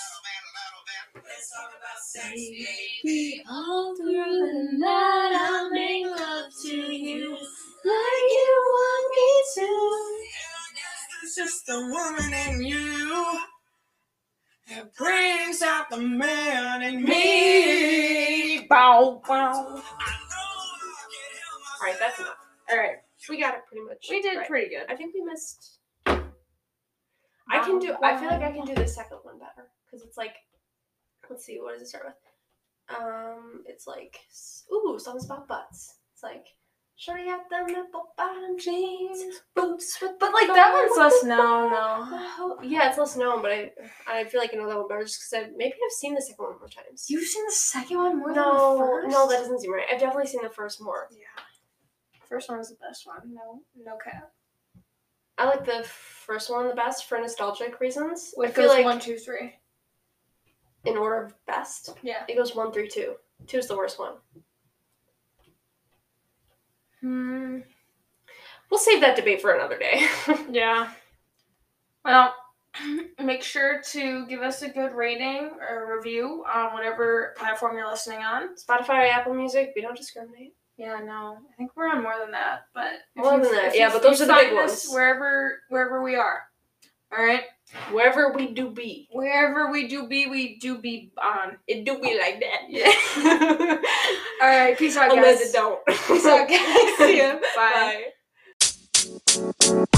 S9: Let's talk about sex, baby.
S10: All through the night, I'll make love to you like you want me to.
S9: It's just the woman in you that brings out the man in me.
S2: Bow, bow.
S3: All right, that's enough. All right, we got it pretty much.
S2: We did
S3: right.
S2: pretty good.
S3: I think we missed. I can do. I feel like I can do the second one better because it's like, let's see, what does it start with? Um, it's like, s- ooh, songs about butts. It's like, shorty out them nipple bottom jeans, boots with.
S1: But like that one's less known though.
S3: Yeah, it's less known, but I I feel like I know that one better just because I maybe I've seen the second one more times.
S1: You've seen the second one more
S3: no,
S1: than the first.
S3: no, that doesn't seem right. I've definitely seen the first more.
S1: Yeah. First one was the best one. No, no cap.
S3: I like the first one the best for nostalgic reasons. I
S1: It
S3: feel
S1: goes
S3: like
S1: one, two, three.
S3: in order of best,
S1: Yeah.
S3: it goes one through two. Two is the worst one.
S1: Hmm.
S3: We'll save that debate for another day.
S1: Yeah. Well, make sure to give us a good rating or review on whatever platform you're listening on.
S3: Spotify, Apple Music, we don't discriminate.
S1: Yeah, no, I think we're on more than that, but if
S3: More
S1: you-
S3: than that,
S1: if
S3: yeah,
S1: you-
S3: but those
S1: you
S3: are the big
S1: find us
S3: ones.
S1: Wherever, wherever we are, all right.
S3: Wherever we do be,
S1: Wherever we do be, we do be on.
S3: it do be like that.
S1: Yeah. All right, peace out, guys.
S3: Unless it don't.
S1: Peace out, guys. See ya. Bye.
S3: Bye.